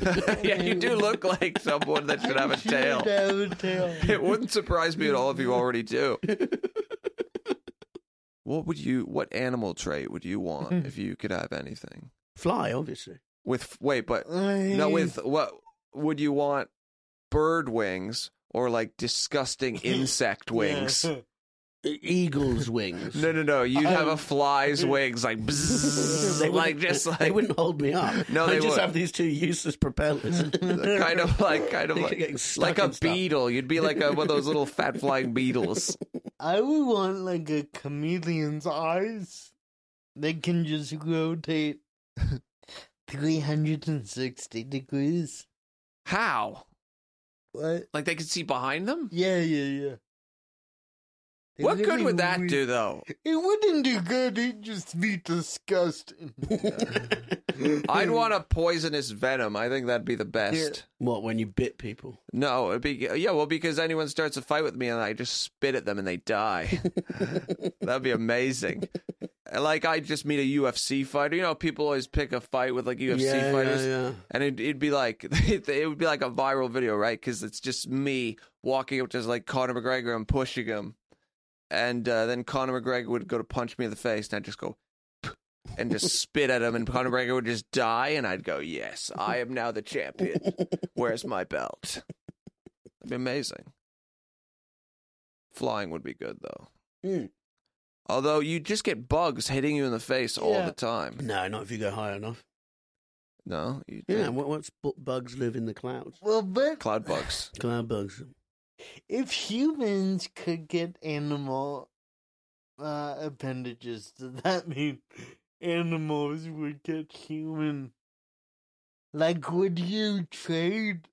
Speaker 2: well.
Speaker 3: yeah, you do look like someone that should have a
Speaker 6: Should
Speaker 3: tail.
Speaker 6: have a tail.
Speaker 3: It wouldn't surprise me at all if you already do. What would you? What animal trait would you want if you could have anything?
Speaker 2: Fly, obviously.
Speaker 3: With wait, but no, with what would you want? Bird wings or like disgusting insect wings?
Speaker 2: E- Eagle's wings.
Speaker 3: No, no, no. You'd have a
Speaker 2: Um,
Speaker 3: fly's wings, like bzzz,
Speaker 2: They
Speaker 3: like
Speaker 2: wouldn't-
Speaker 3: just
Speaker 2: they
Speaker 3: like
Speaker 2: wouldn't hold me up.
Speaker 3: No,
Speaker 2: I
Speaker 3: they
Speaker 2: just
Speaker 3: would.
Speaker 2: have these two useless propellers.
Speaker 3: kind of like kind of
Speaker 2: They keep
Speaker 3: like
Speaker 2: getting stuck
Speaker 3: like a
Speaker 2: in stuff.
Speaker 3: beetle. You'd be like a, one of those little fat flying beetles.
Speaker 6: I would want like a chameleon's eyes that can just rotate 360 degrees.
Speaker 3: How?
Speaker 6: What?
Speaker 3: Like they could see behind them?
Speaker 6: Yeah, yeah, yeah. They
Speaker 3: What good
Speaker 6: literally
Speaker 3: would that
Speaker 6: re-
Speaker 3: do though?
Speaker 6: It wouldn't do good. It'd just be disgusting.
Speaker 3: I'd want a poisonous venom. I think that'd be the best.
Speaker 2: what when you bit people?
Speaker 3: No, it'd be yeah. Well, because anyone starts a fight with me and I just spit at them and they die. That'd be amazing. Like I just meet a UFC fighter. You know, people always pick a fight with like UFC
Speaker 2: yeah,
Speaker 3: fighters.
Speaker 2: yeah, yeah.
Speaker 3: And it'd, it'd be like it would be like a viral video, right? Because it's just me walking up to like Conor McGregor and pushing him, and uh, then Conor McGregor would go to punch me in the face, and I'd just go "Pff," and just spit at him, and Conor McGregor would just die, and I'd go, "Yes, I am now the champion. Where's my belt?" That'd be amazing. Flying would be good though.
Speaker 2: Hmm.
Speaker 3: Although you just get bugs hitting you in the face all
Speaker 6: Yeah.
Speaker 3: the time.
Speaker 2: No, not if you go high enough.
Speaker 3: No, you
Speaker 2: Yeah, what, what's bu- bugs live in the clouds?
Speaker 6: well, but
Speaker 3: cloud bugs.
Speaker 2: Cloud bugs.
Speaker 6: if humans could get animal uh, appendages, does that mean animals would get human? Like, would you trade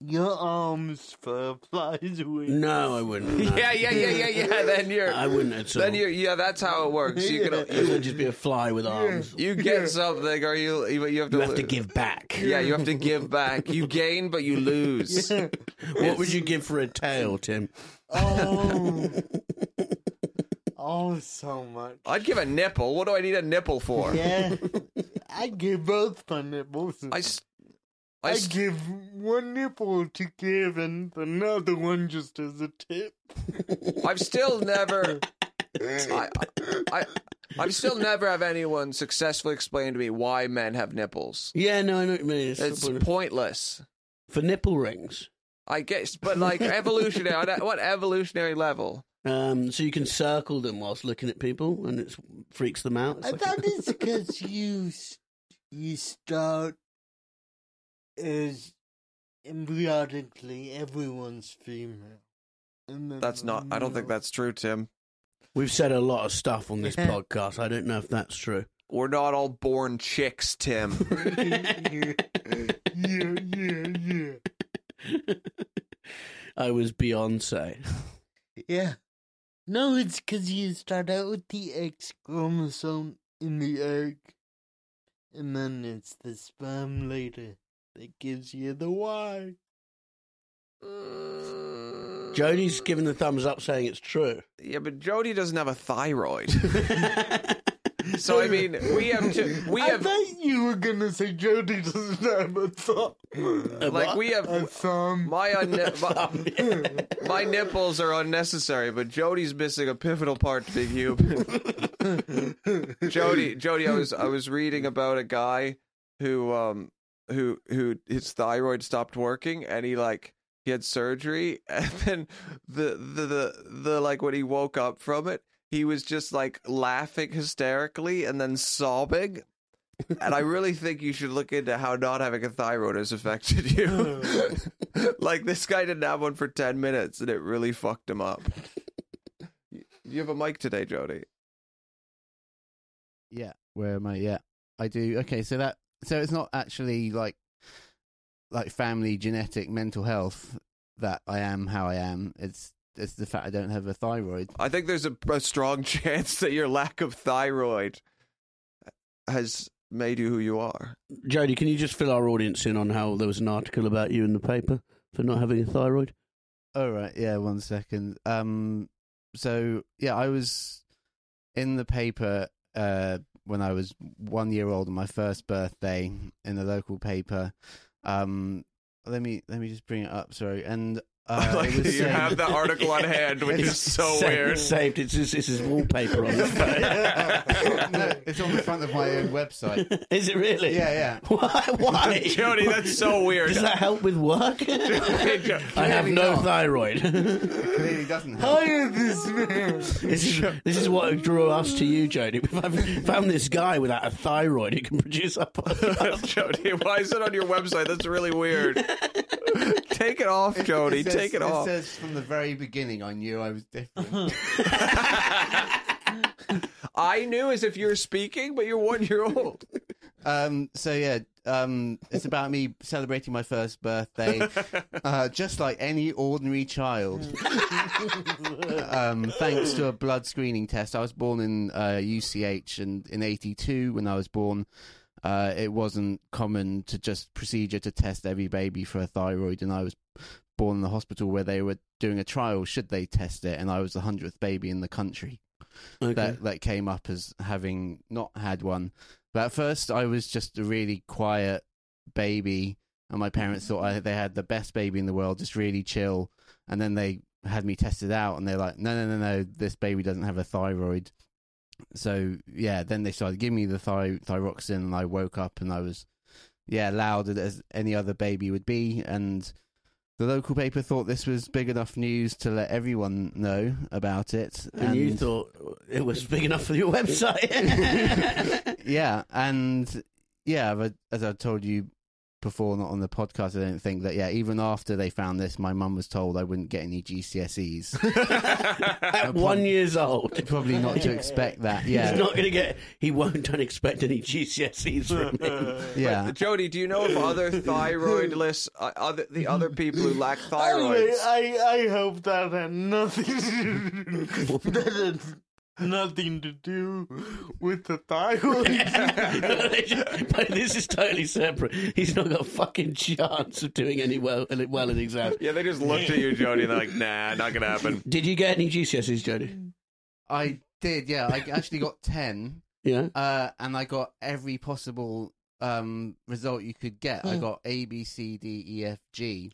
Speaker 6: your arms for a fly's wings?
Speaker 2: No, I wouldn't. no.
Speaker 3: yeah, yeah, yeah, yeah, yeah. Then you're.
Speaker 2: I wouldn't at all.
Speaker 3: Then you. Yeah, that's how it works. You
Speaker 2: It
Speaker 3: can.
Speaker 2: would just be a fly with arms.
Speaker 3: You get something, or you you you have to.
Speaker 2: You have to
Speaker 3: lo-
Speaker 2: give back.
Speaker 3: Yeah, you have to give back. You gain, but you lose.
Speaker 6: Yeah.
Speaker 2: What would you give for a tail, Tim?
Speaker 6: Oh. oh, so much.
Speaker 3: I'd give a nipple. What do I need a nipple for?
Speaker 6: Yeah. I give both my nipples.
Speaker 3: I. s- I
Speaker 6: I
Speaker 3: s-
Speaker 6: give one nipple to give and another one just as a tip.
Speaker 3: I've still never. I, I, I've still never have anyone successfully explain to me why men have nipples.
Speaker 2: Yeah, no, I know what you mean. It's
Speaker 3: It's
Speaker 2: sort of-
Speaker 3: pointless.
Speaker 2: for nipple rings.
Speaker 3: I guess, but like evolutionary, on what evolutionary level?
Speaker 2: Um, so you can circle them whilst looking at people, and it freaks them out. It's
Speaker 6: I
Speaker 2: like-
Speaker 6: thought it's because you s- you start as embryonically everyone's female. And then
Speaker 3: That's not. I don't think
Speaker 6: male.
Speaker 3: that's true, Tim.
Speaker 2: We've said a lot of stuff on this podcast. I don't know if that's true.
Speaker 3: We're not all born chicks, Tim.
Speaker 6: yeah, yeah, yeah,
Speaker 2: I was Beyonce.
Speaker 6: yeah. No, it's because you start out with the X chromosome in the egg, and then it's the sperm later that gives you the Y.
Speaker 2: Jody's giving the thumbs up, saying it's true.
Speaker 3: yeah, but Jody doesn't have a thyroid. so I mean, we have to. We
Speaker 6: I
Speaker 3: have
Speaker 6: thought you were gonna say Jody doesn't have a thumb.
Speaker 2: Uh,
Speaker 3: like we
Speaker 6: A
Speaker 3: have
Speaker 6: thumb.
Speaker 3: my, unne-
Speaker 2: Oh,
Speaker 3: my my nipples are unnecessary, but Jody's missing a pivotal part to being human. Jody, Jody, I was I was reading about a guy who um who who his thyroid stopped working and he like he had surgery and then the the the, the like when he woke up from it he was just like laughing hysterically and then sobbing. And I really think you should look into how not having a thyroid has affected you. like this guy didn't have one for ten minutes, and it really fucked him up. You- You have a mic today, Jody.
Speaker 7: Yeah, where am I? Yeah, I do. Okay, so that so it's not actually like like family, genetic, mental health that I am how I am. It's it's the fact I don't have a thyroid.
Speaker 3: I think there's a, a strong chance that your lack of thyroid has made you who you are.
Speaker 2: Jody, can you just fill our audience in on how there was an article about you in the paper for not having a thyroid?
Speaker 7: All right, yeah, one second. Um, so yeah, I was in the paper uh when I was one year old on my first birthday in the local paper,
Speaker 6: Um, let me let me just bring it up. Sorry, and
Speaker 3: I
Speaker 6: uh,
Speaker 3: like
Speaker 6: it
Speaker 3: that
Speaker 6: was
Speaker 3: you
Speaker 6: saying-
Speaker 3: have that article on hand, which is so
Speaker 2: Sa-
Speaker 3: weird.
Speaker 2: Saved. It's his, it's his wallpaper on his
Speaker 6: no,
Speaker 2: phone.
Speaker 6: it's on the front of my own website.
Speaker 2: Is it really?
Speaker 6: Yeah, yeah.
Speaker 2: Why? Why?
Speaker 3: Jody, that's so weird.
Speaker 2: Does that help with work? I have no thyroid.
Speaker 6: Clearly doesn't help.
Speaker 2: Hired this man. This is, this is what drew us to you, Jody. We've found this guy without a thyroid who can produce a podcast.
Speaker 3: Jody, why is it on your website? That's really weird. Take it off, Jody.
Speaker 6: says-
Speaker 3: Take it off.
Speaker 6: says from the very beginning, I knew I was different.
Speaker 3: I knew as if you were speaking, but you're one year old.
Speaker 6: um, so yeah, um, it's about me celebrating my first birthday, uh, just like any ordinary child. um, thanks to a blood screening test, I was born in uh, UCH, and in '82 when I was born. Uh, it wasn't common to just procedure to test every baby for a thyroid, and I was born in the hospital where they were doing a trial. Should they test it? And I was the hundredth baby in the country that that came up as having not had one. But at first, I was just a really quiet baby, and my parents thought I, they had the best baby in the world, just really chill. And then they had me tested out, and they're like, "No, no, no, no, this baby doesn't have a thyroid." So yeah, then they started giving me the thy- thyroxin, and I woke up and I was yeah loud as any other baby would be, and. The local paper thought this was big enough news to let everyone know about it.
Speaker 2: And you thought it was big enough for your website.
Speaker 6: yeah, and yeah, but as I told you before, not on the podcast, I don't think that. Yeah, even after they found this, my mum was told I wouldn't get any GCSEs.
Speaker 2: At one years old.
Speaker 6: Probably not to expect that.
Speaker 2: He's
Speaker 6: Yeah,
Speaker 2: not going to get. He won't. Don't expect any GCSEs from me.
Speaker 6: yeah.
Speaker 3: Jody, do you know of other thyroidless, uh, other the other people who lack
Speaker 8: Anyway,
Speaker 3: thyroids?
Speaker 8: I, I hope that had nothing to do, that had nothing to do with the thyroid.
Speaker 2: but this is totally separate. He's not got a fucking chance of doing any well well in exams.
Speaker 3: Yeah, they just looked at you, Jody, and they're like, "Nah, not gonna happen."
Speaker 2: Did you get any GCSEs, Jody?
Speaker 8: Mm.
Speaker 6: I did. Yeah, I actually got ten,
Speaker 2: Yeah.
Speaker 6: uh, and I got every possible um result you could get. I got A, B, C, D, E, F, G.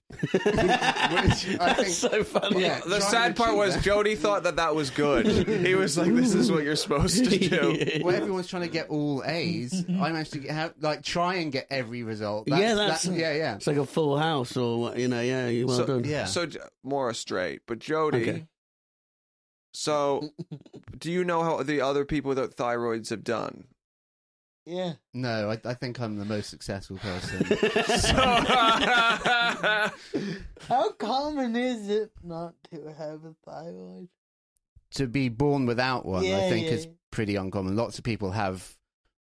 Speaker 6: Which I think,
Speaker 2: That's so funny.
Speaker 6: yeah,
Speaker 3: The
Speaker 6: trying to
Speaker 3: sad part
Speaker 6: achieve
Speaker 3: was
Speaker 6: that.
Speaker 3: Jody thought that that was good. He was like, "This is what you're supposed to do."
Speaker 6: Well, everyone's trying to get all A's. I managed to get, have, like try and get every result. That's,
Speaker 2: yeah, that's,
Speaker 6: that- yeah, yeah.
Speaker 2: It's like a full house, or what- you know, yeah, you- well
Speaker 3: so,
Speaker 2: done.
Speaker 6: Yeah.
Speaker 3: So J- more straight, but Jody.
Speaker 2: Okay.
Speaker 3: So, do you know how the other people without thyroids have done?
Speaker 8: yeah.
Speaker 6: No, I, I think I'm the most successful person.
Speaker 3: So,
Speaker 8: How common is it not to have a thyroid?
Speaker 6: to be born without one, I
Speaker 8: Yeah,
Speaker 6: think,
Speaker 8: yeah,
Speaker 6: is
Speaker 8: yeah.
Speaker 6: pretty uncommon. Lots of people have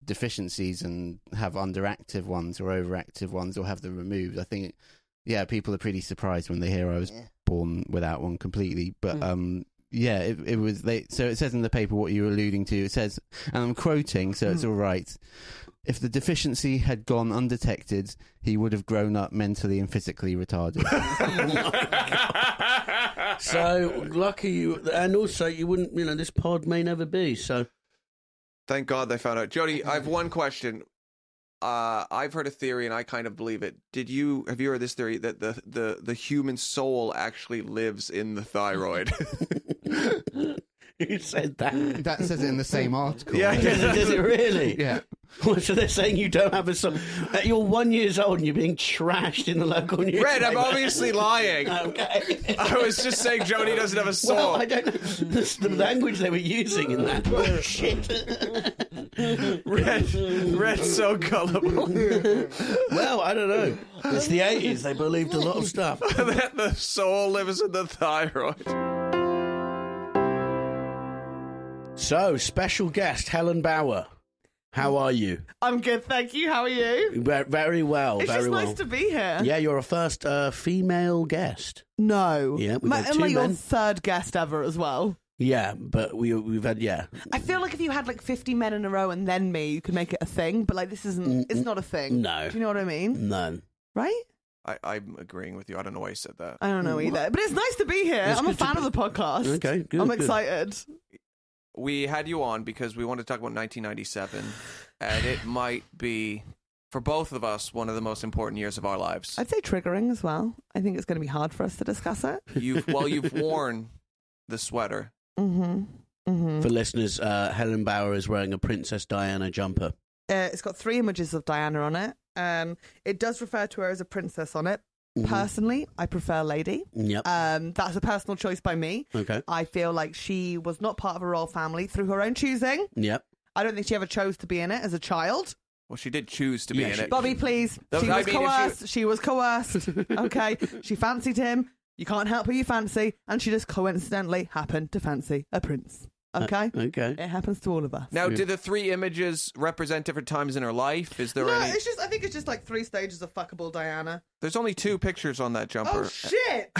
Speaker 6: deficiencies and have underactive ones or overactive ones or have them removed. I think, yeah, people are pretty surprised when they hear I was
Speaker 8: Yeah.
Speaker 6: born without one completely. But
Speaker 9: Hmm.
Speaker 6: um, yeah, it, it was they. So it says in the paper what you were alluding to. It says, and I'm quoting, so
Speaker 9: Hmm.
Speaker 6: it's all right. If the deficiency had gone undetected, he would have grown up mentally and physically retarded.
Speaker 2: So lucky you, and also you wouldn't, you know, this pod may never be. So
Speaker 3: Thank God they found out. Jody, I have one question. Uh, I've heard a theory, and I kind of believe it. Did you have you heard this theory that the the the human soul actually lives in the thyroid?
Speaker 2: who said that?
Speaker 6: that says it in the same article.
Speaker 3: yeah,
Speaker 2: Does it, does it really?
Speaker 6: Yeah.
Speaker 2: Well, so they're saying you don't have a son. Uh, You're one years old and you're being trashed in the local newspaper.
Speaker 3: Red, I'm obviously lying.
Speaker 2: Okay.
Speaker 3: I was just saying Jody doesn't have a soul.
Speaker 2: Uh, Well, I don't know. This, the language they were using in that. Shit.
Speaker 3: Red, Red's so gullible that
Speaker 2: well, I don't know. It's the 80s. They believed a lot of stuff.
Speaker 3: the soul lives in the thyroid.
Speaker 2: So, special guest Helen Bauer. How are you?
Speaker 9: I'm good, thank you. How are you?
Speaker 2: Ve- Very well.
Speaker 9: It's
Speaker 2: very
Speaker 9: just
Speaker 2: well.
Speaker 9: nice to be here.
Speaker 2: Yeah, you're a first uh, female guest.
Speaker 9: No.
Speaker 2: Yeah, we've
Speaker 9: Ma-
Speaker 2: had
Speaker 9: and
Speaker 2: two
Speaker 9: like your
Speaker 2: men.
Speaker 9: third guest ever as well.
Speaker 2: Yeah, but we we've had yeah.
Speaker 9: I feel like if you had like 50 men in a row and then me, you could make it a thing. But like this isn't.
Speaker 6: Mm,
Speaker 9: It's not a thing.
Speaker 2: No.
Speaker 9: Do you know what I mean?
Speaker 2: None.
Speaker 9: Right?
Speaker 3: I, I'm agreeing with you. I don't know why you said that.
Speaker 9: I don't know either. But it's nice to be here.
Speaker 2: It's
Speaker 9: I'm a
Speaker 2: good to
Speaker 9: fan
Speaker 2: be-
Speaker 9: of the podcast.
Speaker 2: Okay, good,
Speaker 9: I'm
Speaker 2: good.
Speaker 9: excited.
Speaker 3: We had you on because we wanted to talk about 1997, and it might be for both of us, one of the most important years of our lives.
Speaker 2: I'd say triggering as well. I think it's going to be hard for us to discuss it.
Speaker 3: You've, well, you've worn the sweater.
Speaker 2: Mm-hmm. Mm-hmm.
Speaker 6: For listeners, uh, Helen Bauer is wearing a Princess Diana jumper.
Speaker 2: Uh, it's got three images of Diana on it. Um, it does refer to her as a princess on it.
Speaker 6: Mhm.
Speaker 2: Personally, I prefer lady.
Speaker 6: Yep.
Speaker 9: Uh,
Speaker 2: Um, that's a personal choice by me.
Speaker 6: okay.
Speaker 2: I feel like she was not part of a royal family through her own choosing.
Speaker 6: Yep.
Speaker 2: I don't think she ever chose to be in it as a child.
Speaker 3: Well, she did choose to be
Speaker 6: Yeah,
Speaker 3: in
Speaker 6: she-
Speaker 3: it.
Speaker 2: Bobby, please.
Speaker 3: That
Speaker 2: she
Speaker 3: was- I
Speaker 2: was
Speaker 3: mean, if she-
Speaker 2: coerced. She... was coerced. Okay. she fancied him. You can't help who you fancy. And she just coincidentally happened to fancy a prince. Okay?
Speaker 6: Uh, Okay.
Speaker 2: it happens to all of us.
Speaker 3: Now, do the three images represent different times in her life? Is there
Speaker 2: no,
Speaker 3: any?
Speaker 2: it's just, I think it's just like three stages of fuckable Diana.
Speaker 3: There's only two pictures on that jumper.
Speaker 2: Oh shit!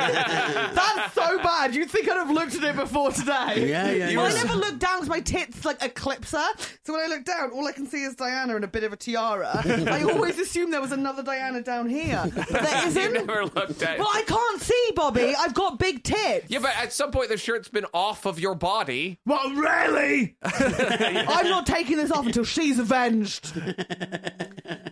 Speaker 2: That's so bad. You'd think I'd have looked at it before today.
Speaker 6: Yeah, yeah,
Speaker 2: I
Speaker 6: yeah.
Speaker 2: never look down because my tits like eclipse her. So when I look down, all I can see is Diana and a bit of a tiara. I always assumed there was another Diana down here, but there
Speaker 3: You
Speaker 2: isn't.
Speaker 3: never looked at.
Speaker 2: Well, I can't see, Bobby. I've got big tits.
Speaker 3: yeah, but at some point the shirt's been off of your body.
Speaker 6: Well, really?
Speaker 2: I'm not taking this off until she's avenged.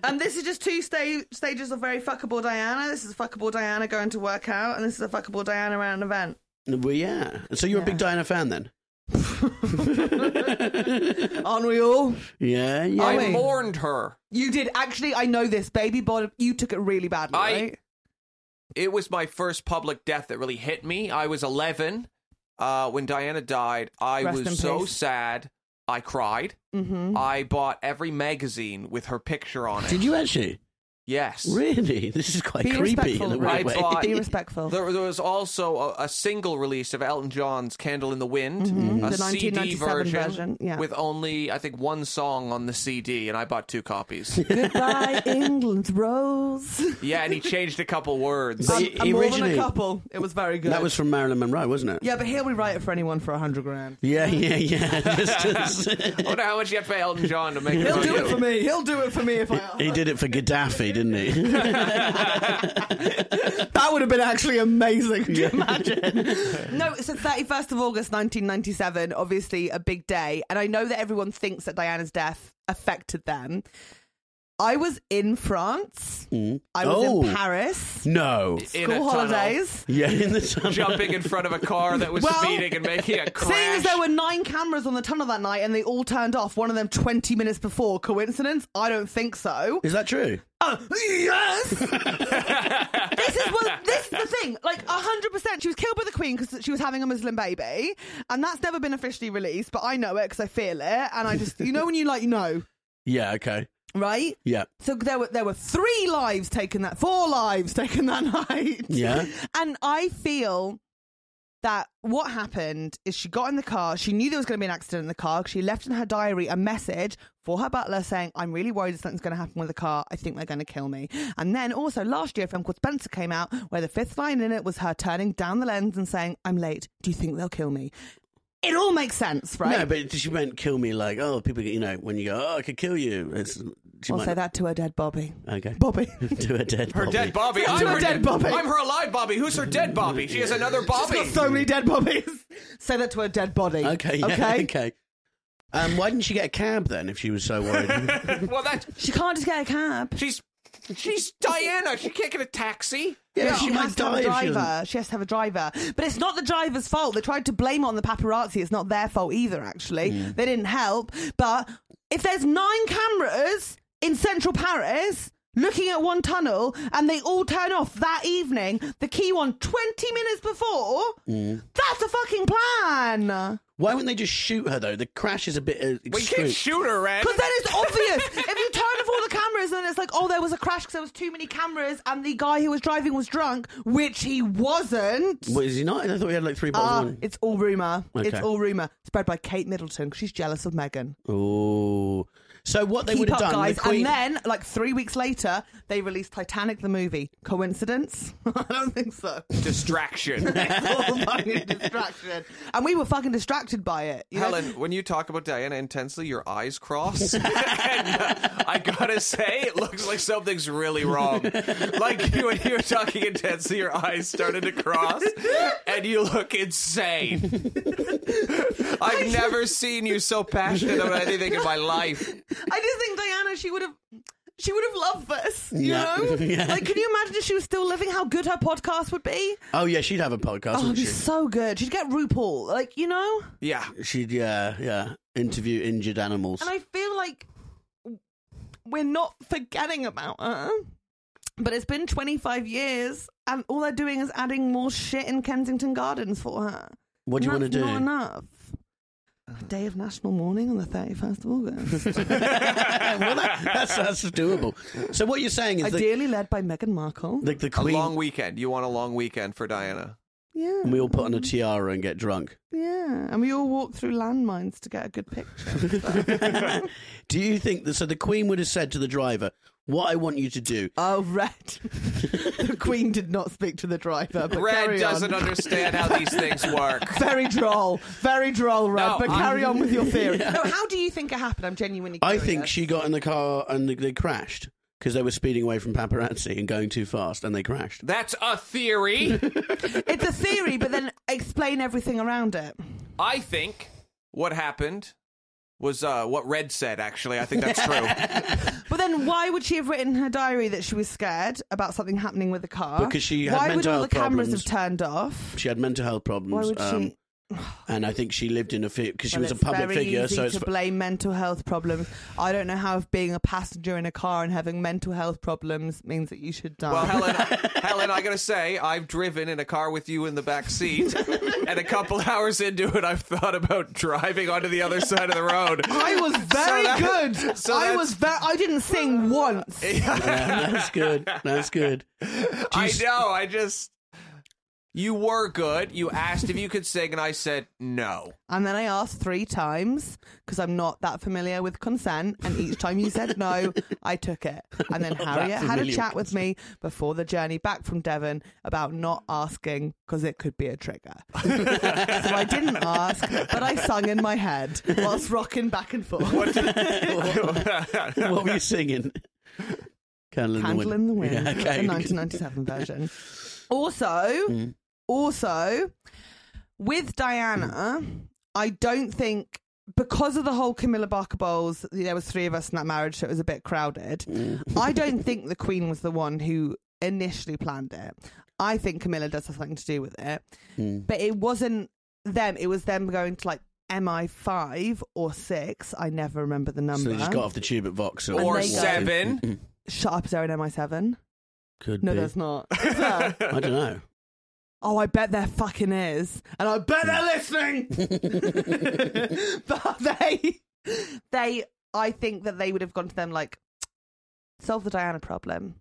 Speaker 2: and this is just two sta- stages of very fuckable Diana. This is fuckable Diana going to work out, and this is a fuckable Diana at an event.
Speaker 6: Well, yeah. So you're a big Diana fan then?
Speaker 2: Aren't we all?
Speaker 6: Yeah, yeah.
Speaker 2: Are
Speaker 3: I
Speaker 2: we?
Speaker 3: mourned her.
Speaker 2: You did actually. I know this, baby boy. You took it really badly,
Speaker 3: I-
Speaker 2: right?
Speaker 3: It was my first public death that really hit me. I was 11 uh, when Diana died. I
Speaker 2: Rest in
Speaker 3: was so
Speaker 2: peace.
Speaker 3: sad. I cried.
Speaker 2: Mm-hmm.
Speaker 3: I bought every magazine with her picture on it.
Speaker 6: Did you actually?
Speaker 3: Yes.
Speaker 6: Really? This is quite
Speaker 2: Be
Speaker 6: creepy
Speaker 2: respectful,
Speaker 6: in a
Speaker 2: right?
Speaker 6: weird
Speaker 3: Right,
Speaker 6: way.
Speaker 3: but-
Speaker 2: Be respectful.
Speaker 3: There, there was also a, a single release of Elton John's "Candle in the Wind,"
Speaker 2: Mhm.
Speaker 3: a
Speaker 2: The
Speaker 3: CD
Speaker 2: 1997
Speaker 3: version,
Speaker 2: version, yeah.
Speaker 3: with only I think one song on the CD, and I bought two copies.
Speaker 2: Goodbye, England's rose.
Speaker 3: yeah, and he changed a couple words.
Speaker 6: But-
Speaker 2: I'm,
Speaker 6: he-
Speaker 2: I'm more than a
Speaker 6: originally-
Speaker 2: couple. It was very good.
Speaker 6: That was from Marilyn Monroe, wasn't it?
Speaker 2: yeah, but here we write it for anyone for a hundred grand.
Speaker 6: Yeah, yeah, yeah. Just-
Speaker 3: I wonder how much you have to pay Elton John to make. it
Speaker 2: He'll
Speaker 3: about
Speaker 2: do it
Speaker 3: you.
Speaker 2: for me. He'll do it for me if I. ask.
Speaker 6: he did it for Gaddafi, didn't he?
Speaker 2: That would have been actually amazing. Could you imagine? no, so 31st of August 1997, obviously a big day. And I know that everyone thinks that Diana's death affected them. I was in France. I was
Speaker 6: Oh.
Speaker 2: in Paris.
Speaker 6: no.
Speaker 3: In a
Speaker 2: School
Speaker 3: tunnel,
Speaker 2: holidays.
Speaker 6: Yeah, in the summer.
Speaker 3: jumping in front of a car that was
Speaker 2: Well,
Speaker 3: speeding and making a crash.
Speaker 2: Seeing as there were nine cameras on the tunnel that night and they all turned off, one of them 20 minutes before. Coincidence? I don't think so.
Speaker 6: Is that true?
Speaker 2: Oh, yes! this is what this is the thing. Like hundred percent, she was killed by the Queen because she was having a Muslim baby, and that's never been officially released. But I know it because I feel it, and I just you know when you like you know
Speaker 6: Yeah, okay.
Speaker 2: right.
Speaker 6: Yeah.
Speaker 2: So there were there were three lives taken that four lives taken that night.
Speaker 6: Yeah.
Speaker 2: and I feel that what happened is she got in the car. She knew there was going to be an accident in the car. 'cause She left in her diary a message for her butler saying, "I'm really worried that something's going to happen with the car. I think they're going to kill me." And then also last year, a film called Spencer came out where the fifth line in it was her turning down the lens and saying, "I'm late. Do you think they'll kill me?" It all makes sense, right?
Speaker 6: No, but she won't kill me like, oh, people, you know, when you go, oh, I could kill you. It's, she
Speaker 2: I'll
Speaker 6: might
Speaker 2: say that to her dead Bobby.
Speaker 6: Okay.
Speaker 2: Bobby.
Speaker 6: to a dead
Speaker 3: her
Speaker 6: Bobby.
Speaker 3: dead Bobby.
Speaker 2: To
Speaker 3: I'm
Speaker 2: a
Speaker 3: her
Speaker 2: dead Bobby.
Speaker 3: I'm her alive Bobby. Who's her dead Bobby? She has another
Speaker 2: She's
Speaker 3: Bobby.
Speaker 2: got so many dead bobbies. Say that to a dead body.
Speaker 6: Okay, yeah, okay. Um, why didn't she get a cab then if she was so worried?
Speaker 3: well, that
Speaker 2: She can't just get a cab.
Speaker 3: she's she's Diana. She can't get a taxi.
Speaker 6: yeah,
Speaker 2: No,
Speaker 6: she might
Speaker 2: has to
Speaker 6: die
Speaker 2: have a
Speaker 6: if she doesn't.
Speaker 2: driver. She has to have a driver. But it's not the driver's fault. They tried to blame it on the paparazzi. It's not their fault either, actually. They didn't help. But if there's nine cameras in central Paris looking at one tunnel and they all turn off that evening, the key one 20 minutes before, that's a fucking plan.
Speaker 6: Why wouldn't they just shoot her though? The crash is a bit. Uh,
Speaker 3: We can't
Speaker 6: extreme.
Speaker 3: shoot her, Red.
Speaker 2: Because then it's obvious. if you turn off all the cameras and it's like, oh, there was a crash because there was too many cameras and the guy who was driving was drunk, which he wasn't.
Speaker 6: What, is he not? I thought we had like three
Speaker 2: Ah,
Speaker 6: bottles.
Speaker 2: it's all rumor.
Speaker 6: Okay.
Speaker 2: It's all rumor. Spread by Kate Middleton 'cause she's jealous of Meghan.
Speaker 6: one. Ooh. So what they would
Speaker 2: Keep
Speaker 6: have
Speaker 2: up,
Speaker 6: done?
Speaker 2: guys.
Speaker 6: the Queen,
Speaker 2: And then, like three weeks later, they released Titanic the movie. Coincidence? I don't think so.
Speaker 3: distraction.
Speaker 2: It's all fucking distraction. And we were fucking distracted by it. you know?
Speaker 3: Helen, when you talk about Diana intensely, your eyes cross. And, uh, I gotta say, it looks like something's really wrong. Like you, when you were talking intensely, your eyes started to cross, and you look insane. I've never seen you so passionate about anything in my life.
Speaker 5: I just think Diana, she would have. She would have loved this, you
Speaker 2: Yeah.
Speaker 5: know.
Speaker 2: Yeah.
Speaker 5: Like, can you imagine if she was still living? How good her podcast would be.
Speaker 2: Oh yeah, she'd have a podcast,
Speaker 5: oh, it'd
Speaker 2: wouldn't
Speaker 5: be
Speaker 2: she?
Speaker 5: so good. She'd get RuPaul, like you know.
Speaker 3: Yeah,
Speaker 2: she'd yeah yeah interview injured animals.
Speaker 5: And I feel like we're not forgetting about her, but it's been 25 years, and all they're doing is adding more shit in Kensington Gardens for her.
Speaker 2: What do you
Speaker 5: And
Speaker 2: wanna
Speaker 5: that's Not
Speaker 2: do?
Speaker 5: enough. A day of national mourning on the 31st of August.
Speaker 2: well, that, that's that's doable. So what you're saying is that
Speaker 5: Ideally led by Meghan Markle.
Speaker 2: the, the
Speaker 3: a
Speaker 2: queen,
Speaker 3: long weekend. You want a long weekend for Diana?
Speaker 5: yeah.
Speaker 2: and we all put on a tiara and get drunk.
Speaker 5: yeah. And we all walk through landmines to get a good picture.
Speaker 2: do you think that? So the queen would have said to the driver, "What I want you to do."
Speaker 5: oh, Red. the Queen did not speak to the driver. But
Speaker 3: Red
Speaker 5: carry
Speaker 3: doesn't
Speaker 5: on.
Speaker 3: understand how these things work.
Speaker 5: Very droll, very droll, Red.
Speaker 3: No,
Speaker 5: but
Speaker 3: I'm-
Speaker 5: carry on with your theory. No, how do you think it happened? I'm genuinely.
Speaker 2: I
Speaker 5: Curious.
Speaker 2: think she got in the car and they, they crashed because they were speeding away from paparazzi and going too fast, and they crashed.
Speaker 3: That's a theory.
Speaker 5: it's a theory, but then explain everything around it.
Speaker 3: I think what happened was uh, what Red said. Actually, I think that's true.
Speaker 5: But then, why would she have written in her diary that she was scared about something happening with the car?
Speaker 2: Because she had
Speaker 5: Ah. why would
Speaker 2: mental
Speaker 5: all the
Speaker 2: health
Speaker 5: cameras
Speaker 2: problems.
Speaker 5: have turned off?
Speaker 2: She had mental health problems.
Speaker 5: Why would
Speaker 2: um,
Speaker 5: she?
Speaker 2: And I think she lived in a fear because she
Speaker 5: Well,
Speaker 2: was a
Speaker 5: it's
Speaker 2: public
Speaker 5: very
Speaker 2: figure,
Speaker 5: easy
Speaker 2: so it's
Speaker 5: to blame mental health problems. I don't know how if being a passenger in a car and having mental health problems means that you should die.
Speaker 3: Well, Helen, Helen, I gotta say, I've driven in a car with you in the back seat, and a couple hours into it, I've thought about driving onto the other side of the road.
Speaker 5: I was very
Speaker 3: that-
Speaker 5: good.
Speaker 3: so
Speaker 5: I
Speaker 3: that's-
Speaker 5: was very. I didn't sing once.
Speaker 2: Yeah, that's good. That's good.
Speaker 3: I know. I just. You were good. You asked if you could sing, and I said no.
Speaker 5: And then I asked three times because I'm not that familiar with consent. And each time you said no, I took it. And then Harriet had a
Speaker 2: familiar
Speaker 5: chat with me before the journey back from Devon about not asking because it could be a trigger. so I didn't ask, but I sung in my head whilst rocking back and forth.
Speaker 2: What were you singing? Candle in
Speaker 5: Candle
Speaker 2: the
Speaker 5: in the Wind,
Speaker 2: wind. Yeah, okay.
Speaker 5: the 1997 version. Also, also with Diana, I don't think because of the whole Camilla Barker Bowles, there was three of us in that marriage, so it was a bit crowded. I don't think the Queen was the one who initially planned it. I think Camilla does have something to do with it,
Speaker 2: Hmm.
Speaker 5: but it wasn't them. It was them going to like. MI five or six, I never remember the number.
Speaker 2: So they just got off the tube at Vauxhall.
Speaker 3: Or
Speaker 5: And they go-
Speaker 3: seven.
Speaker 5: Shut up, is there an MI seven?
Speaker 2: Could
Speaker 5: No,
Speaker 2: be.
Speaker 5: there's not. Is there?
Speaker 2: I don't know.
Speaker 5: Oh, I bet there fucking is, and I bet they're listening. but they, they, I think that they would have gone to them like, solve the Diana problem.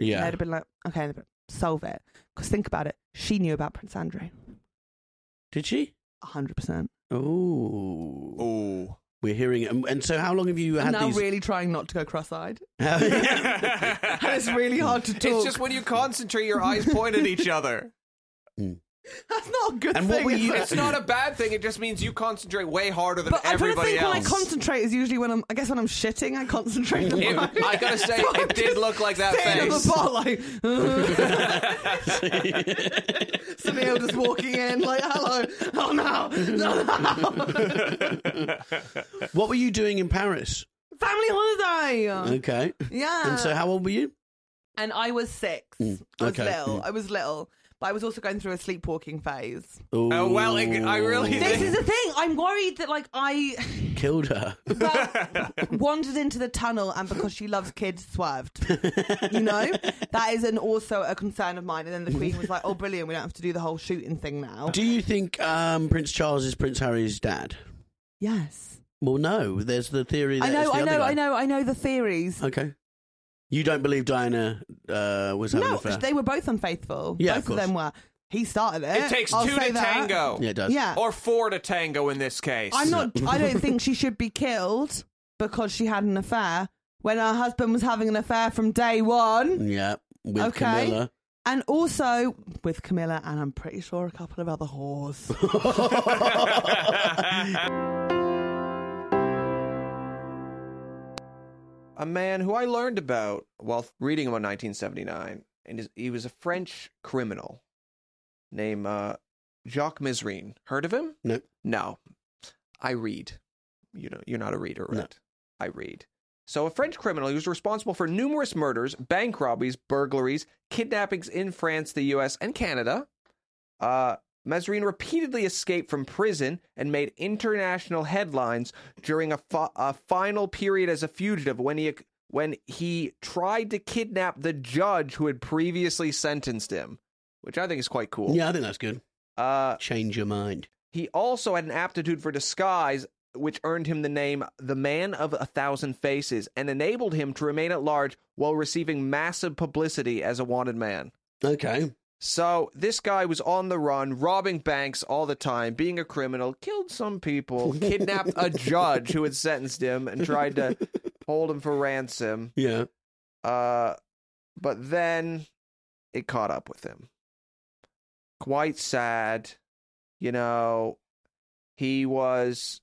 Speaker 5: And
Speaker 2: Yeah.
Speaker 5: they'd have been like, okay, solve it. Because think about it, she knew about Prince Andrew,
Speaker 2: Did she?
Speaker 5: hundred percent.
Speaker 2: Oh.
Speaker 3: Ooh.
Speaker 2: We're hearing it. And, and so, how long have you
Speaker 5: I'm
Speaker 2: had
Speaker 5: now
Speaker 2: these?
Speaker 5: really trying not to go cross-eyed. And
Speaker 3: it's
Speaker 5: it's really hard to talk.
Speaker 3: just when you concentrate, your eyes point at each other.
Speaker 5: That's not a good
Speaker 2: And what
Speaker 5: thing.
Speaker 2: were
Speaker 5: is
Speaker 2: you-
Speaker 5: it?
Speaker 3: It's not a bad thing. It just means you concentrate way harder than
Speaker 5: But I'm trying to
Speaker 3: everybody
Speaker 5: think when I
Speaker 3: else.
Speaker 5: concentrate is usually when I'm. I guess when I'm shitting, I concentrate. the
Speaker 3: It-
Speaker 5: most.
Speaker 3: I gotta say,
Speaker 5: So I'm
Speaker 3: it did
Speaker 5: just
Speaker 3: look like that
Speaker 5: sitting on
Speaker 3: face.
Speaker 5: the bar, like Sunil just walking in, like hello. Oh no, no, no.
Speaker 2: what were you doing in Paris?
Speaker 5: family holiday.
Speaker 2: Okay.
Speaker 5: Yeah.
Speaker 2: And so, how old were you? Mm.
Speaker 5: And I was six. I was
Speaker 2: okay.
Speaker 5: little. I was little. But I was also going through a sleepwalking phase.
Speaker 3: Oh, well, it- I really
Speaker 5: This
Speaker 3: think-
Speaker 5: is the thing. I'm worried that like I
Speaker 2: killed her.
Speaker 5: well, wandered into the tunnel and because she loves kids swerved you know that is an also a concern of mine and then the queen was like oh brilliant we don't have to do the whole shooting thing now
Speaker 2: Do you think um, Prince Charles is Prince Harry's dad?
Speaker 5: yes
Speaker 2: Well, no. There's the theory that
Speaker 5: i
Speaker 2: it's
Speaker 5: know
Speaker 2: the
Speaker 5: i
Speaker 2: other
Speaker 5: know
Speaker 2: guy.
Speaker 5: i know i know the theories
Speaker 2: Okay. You don't believe Diana uh, was having an
Speaker 5: no
Speaker 2: affair?
Speaker 5: they were both unfaithful
Speaker 2: Yeah,
Speaker 5: both
Speaker 2: of
Speaker 5: of, them were he started it
Speaker 3: It takes
Speaker 5: I'll
Speaker 3: two
Speaker 5: say
Speaker 3: to
Speaker 5: that.
Speaker 3: tango.
Speaker 2: yeah, it does.
Speaker 5: yeah
Speaker 3: Or four to tango in this case.
Speaker 5: i'm not i don't think she should be killed because she had an affair when her husband was having an affair from day one
Speaker 2: Yeah. With
Speaker 5: Okay.
Speaker 2: Camilla.
Speaker 5: And also with Camilla, and I'm pretty sure a couple of other whores.
Speaker 3: a man who I learned about while reading about 1979, and his- he was a French criminal named uh, Jacques Mizrine. Heard of him?
Speaker 2: No.
Speaker 3: No. I read. You know, you're not a reader,
Speaker 2: No.
Speaker 3: right? I read. So, a French criminal who's responsible for numerous murders, bank robberies, burglaries, kidnappings in France, the U.S., and Canada. Uh, Mazarine repeatedly escaped from prison and made international headlines during a, fi- a final period as a fugitive when he when he tried to kidnap the judge who had previously sentenced him, which I think is quite cool.
Speaker 2: Yeah, I think that's good.
Speaker 3: Uh,
Speaker 2: Change your mind.
Speaker 3: he also had an aptitude for disguise, which earned him the name the Man of a Thousand Faces and enabled him to remain at large while receiving massive publicity as a wanted man.
Speaker 2: Okay.
Speaker 3: So this guy was on the run, robbing banks all the time, being a criminal, killed some people, kidnapped a judge who had sentenced him and tried to hold him for ransom.
Speaker 2: Yeah.
Speaker 3: Uh, but then it caught up with him. Quite sad, you know. He was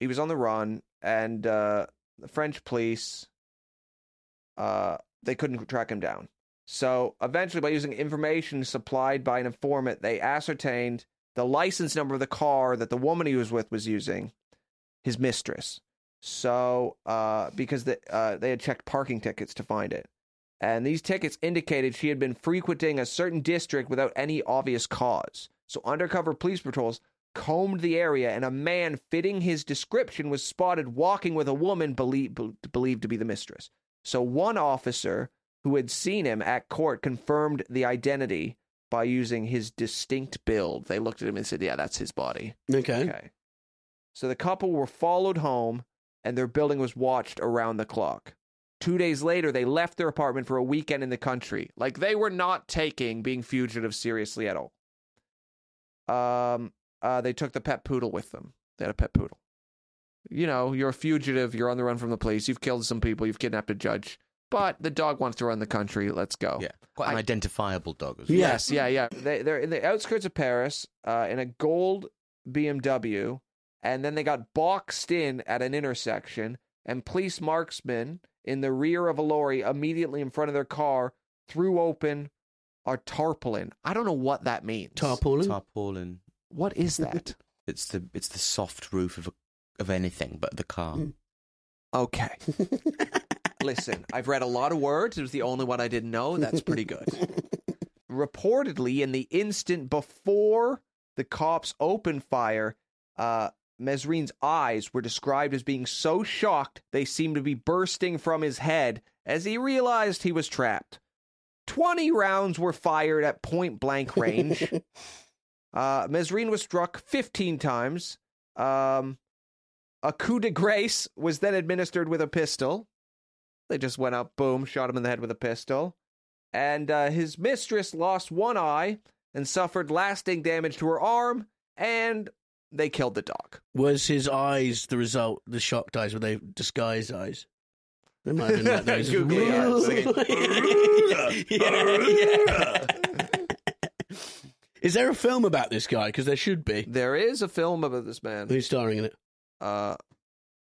Speaker 3: he was on the run, and uh, the French police uh, they couldn't track him down. So eventually, by using information supplied by an informant, they ascertained the license number of the car that the woman he was with was using, his mistress. So, uh, because the, uh, they had checked parking tickets to find it. And these tickets indicated she had been frequenting a certain district without any obvious cause. So, undercover police patrols combed the area, and a man fitting his description was spotted walking with a woman belie- be- believed to be the mistress. So, one officer who had seen him at court confirmed the identity by using his distinct build. They looked at him and said, Yeah, that's his body.
Speaker 2: Okay.
Speaker 3: Okay. So the couple were followed home and their building was watched around the clock. Two days later, they left their apartment for a weekend in the country. Like they were not taking being fugitive seriously at all. Um, uh, they took the pet poodle with them. They had a pet poodle. You know, you're a fugitive. You're on the run from the police. You've killed some people. You've kidnapped a judge. But the dog wants to run the country. Let's go.
Speaker 10: Yeah, quite an
Speaker 3: I-
Speaker 10: identifiable dog as well.
Speaker 3: Yes, yeah, yeah. They, they're in the outskirts of Paris uh, in a gold BMW, and then they got boxed in at an intersection, and police marksmen in the rear of a lorry immediately in front of their car threw open a tarpaulin. I don't know what that means.
Speaker 2: Tarpaulin.
Speaker 10: Tarpaulin.
Speaker 3: What is that?
Speaker 10: It's the it's the soft roof of a, of anything but the car.
Speaker 3: Mm. okay. Listen, I've read a lot of words. It was the only one I didn't know. That's pretty good. Reportedly, in the instant before the cops opened fire, uh, Mesrine's eyes were described as being so shocked they seemed to be bursting from his head as he realized he was trapped. 20 rounds were fired at point blank range. uh, Mesrine was struck 15 times. Um, a coup de grace was then administered with a pistol. They just went up, boom, shot him in the head with a pistol. And uh, his mistress lost one eye and suffered lasting damage to her arm, and they killed the dog.
Speaker 2: Was his eyes the result? The shocked eyes? Were they disguise eyes? They might have been like those.
Speaker 3: Googly eyes.
Speaker 2: Yeah, yeah. Is there a film about this guy? Because there should be.
Speaker 3: There is a film about this man.
Speaker 2: Who's starring in it?
Speaker 3: Uh,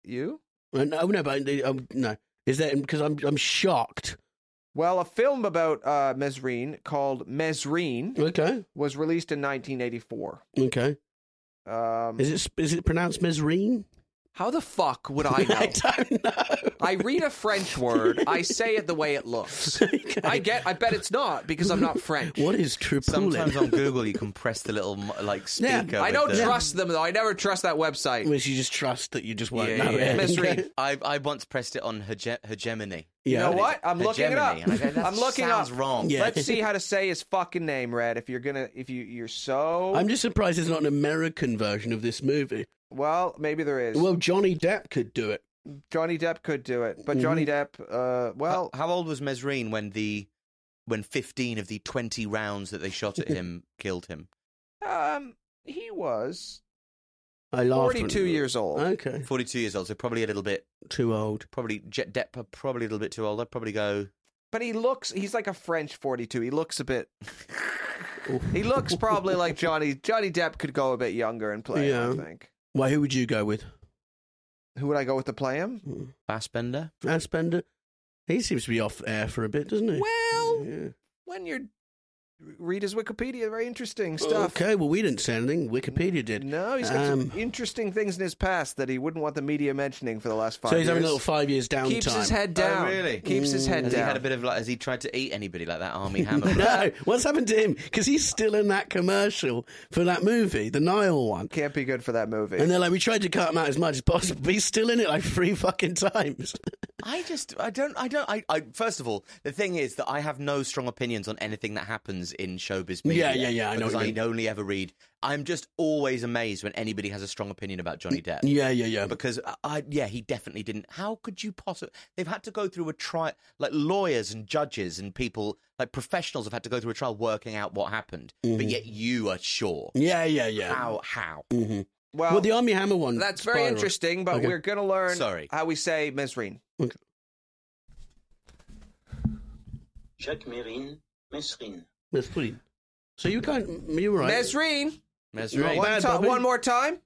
Speaker 3: you?
Speaker 2: Uh, No, no, but um, no. Is there? Because I'm I'm shocked.
Speaker 3: Well, a film about uh, Mesrine called Mesrine
Speaker 2: Okay.
Speaker 3: was released in 1984.
Speaker 2: Okay.
Speaker 3: Um,
Speaker 2: Is it is it pronounced Mesrine?
Speaker 3: how the fuck would I know?
Speaker 2: I don't know.
Speaker 3: I read a French word, I say it the way it looks.
Speaker 2: Okay.
Speaker 3: I get. I bet it's not because I'm not French.
Speaker 2: What is Tripoli?
Speaker 10: Sometimes on Google you can press the little mo- like
Speaker 2: Yeah,
Speaker 10: speaker.
Speaker 3: I
Speaker 10: with
Speaker 3: don't
Speaker 10: the-
Speaker 3: trust them though. I never trust that website.
Speaker 2: Which you just trust that you just
Speaker 10: Yeah,
Speaker 2: won't
Speaker 10: yeah,
Speaker 2: know
Speaker 10: yeah.
Speaker 2: it.
Speaker 3: Mesrine.
Speaker 10: I I once pressed it on hege- hegemony.
Speaker 2: Yeah.
Speaker 3: You know what? I'm looking it up.
Speaker 10: Hegemony. I go, that
Speaker 3: I'm looking
Speaker 10: sounds
Speaker 3: up.
Speaker 10: wrong.
Speaker 2: Yeah.
Speaker 3: Let's see how to say his fucking name, Red. If you're gonna, if you you're so
Speaker 2: I'm just surprised there's not an American version of this movie.
Speaker 3: well, maybe there is.
Speaker 2: Well, Johnny Depp could do it.
Speaker 3: Johnny Depp could do it,
Speaker 2: Mm-hmm.
Speaker 3: but Johnny Depp, uh, well,
Speaker 10: Well, how old was Mesrine when the when 15 of the 20 rounds that they shot at him killed him?
Speaker 2: Uh,
Speaker 3: um, he was
Speaker 2: I laughed. when-
Speaker 3: 42 years old.
Speaker 2: Okay.
Speaker 10: 42 years old, so probably a little bit
Speaker 2: Too old.
Speaker 10: probably Jet Depp probably a little bit too old. I'd probably go
Speaker 3: But he looks, he's like a French 42. He looks a bit, he looks probably like Johnny, Johnny Depp could go a bit younger and play him,
Speaker 2: Yeah.
Speaker 3: I think.
Speaker 2: Why? Who would you go with?
Speaker 3: Who would I go with to play him?
Speaker 10: Fassbender.
Speaker 2: Aspender. He seems to be off air for a bit, doesn't he?
Speaker 3: Well,
Speaker 2: Yeah.
Speaker 3: when you're read his Wikipedia. Very interesting stuff.
Speaker 2: Okay, well, we didn't say anything. Wikipedia did. Um,
Speaker 3: No, he's got some interesting things in his past that he wouldn't want the media mentioning for the last five
Speaker 2: So
Speaker 3: years. Oh,
Speaker 2: he's having a little five years downtime.
Speaker 3: Keeps his head down. Keeps his head
Speaker 4: has
Speaker 3: down.
Speaker 4: He had a bit of like, has he tried to eat anybody like that army hammer?
Speaker 2: no, what's happened to him? Because he's still in that commercial for that movie, the Nile one.
Speaker 3: Can't be good for that movie.
Speaker 2: And they're like, we tried to cut him out as much as possible, but he's still in it like three fucking times.
Speaker 4: I just, I don't, I don't, I, I, first of all, the thing is that I have no strong opinions on anything that happens in showbiz media.
Speaker 2: Yeah, yeah, yeah, I know
Speaker 4: Because
Speaker 2: what
Speaker 4: I
Speaker 2: you mean.
Speaker 4: only ever read, I'm just always amazed when anybody has a strong opinion about Johnny Depp.
Speaker 2: Yeah, yeah, yeah.
Speaker 4: Because, I, I yeah, he definitely didn't. How could you possibly, they've had to go through a trial, like lawyers and judges and people, like professionals have had to go through a trial working out what happened, but
Speaker 2: Mhm.
Speaker 4: yet you are sure.
Speaker 2: Yeah, yeah, yeah.
Speaker 4: How, how?
Speaker 2: hmm
Speaker 3: Well,
Speaker 2: the Army Hammer one.
Speaker 3: That's very
Speaker 2: spiraled.
Speaker 3: interesting, but
Speaker 2: Okay.
Speaker 3: we're going to learn
Speaker 4: Sorry.
Speaker 3: how we say Mesrine.
Speaker 6: Chakmirin Mesrin.
Speaker 2: That's pretty. So you can't. You were right.
Speaker 3: Mesrine.
Speaker 2: Mesrine. Not
Speaker 3: One,
Speaker 2: bad,
Speaker 3: ti-
Speaker 2: Bobby.
Speaker 3: one more time.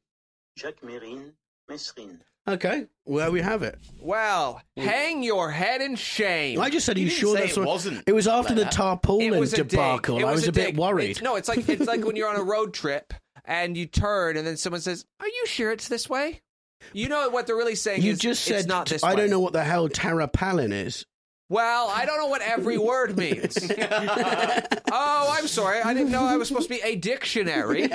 Speaker 6: Chakmirin Mesrin.
Speaker 2: Okay, well we have it.
Speaker 3: Well, hang your head in shame.
Speaker 2: Mm. I just said, "Are you, sure that's what-" It was after the
Speaker 3: It
Speaker 2: tarpaulin
Speaker 3: was a dig.
Speaker 2: debacle.
Speaker 3: It
Speaker 2: I was a, bit
Speaker 3: dig.
Speaker 2: worried.
Speaker 3: It's- no, it's like it's like when you're on a road trip and you turn, and then someone says, "Are you sure it's this way?" You know what they're really saying
Speaker 2: you
Speaker 3: is
Speaker 2: just
Speaker 3: it's
Speaker 2: said
Speaker 3: not this.
Speaker 2: I
Speaker 3: way.
Speaker 2: don't know what the hell tarapalin is.
Speaker 3: Well, I don't know what every word means. oh, I'm sorry. I didn't know I was supposed to be a dictionary.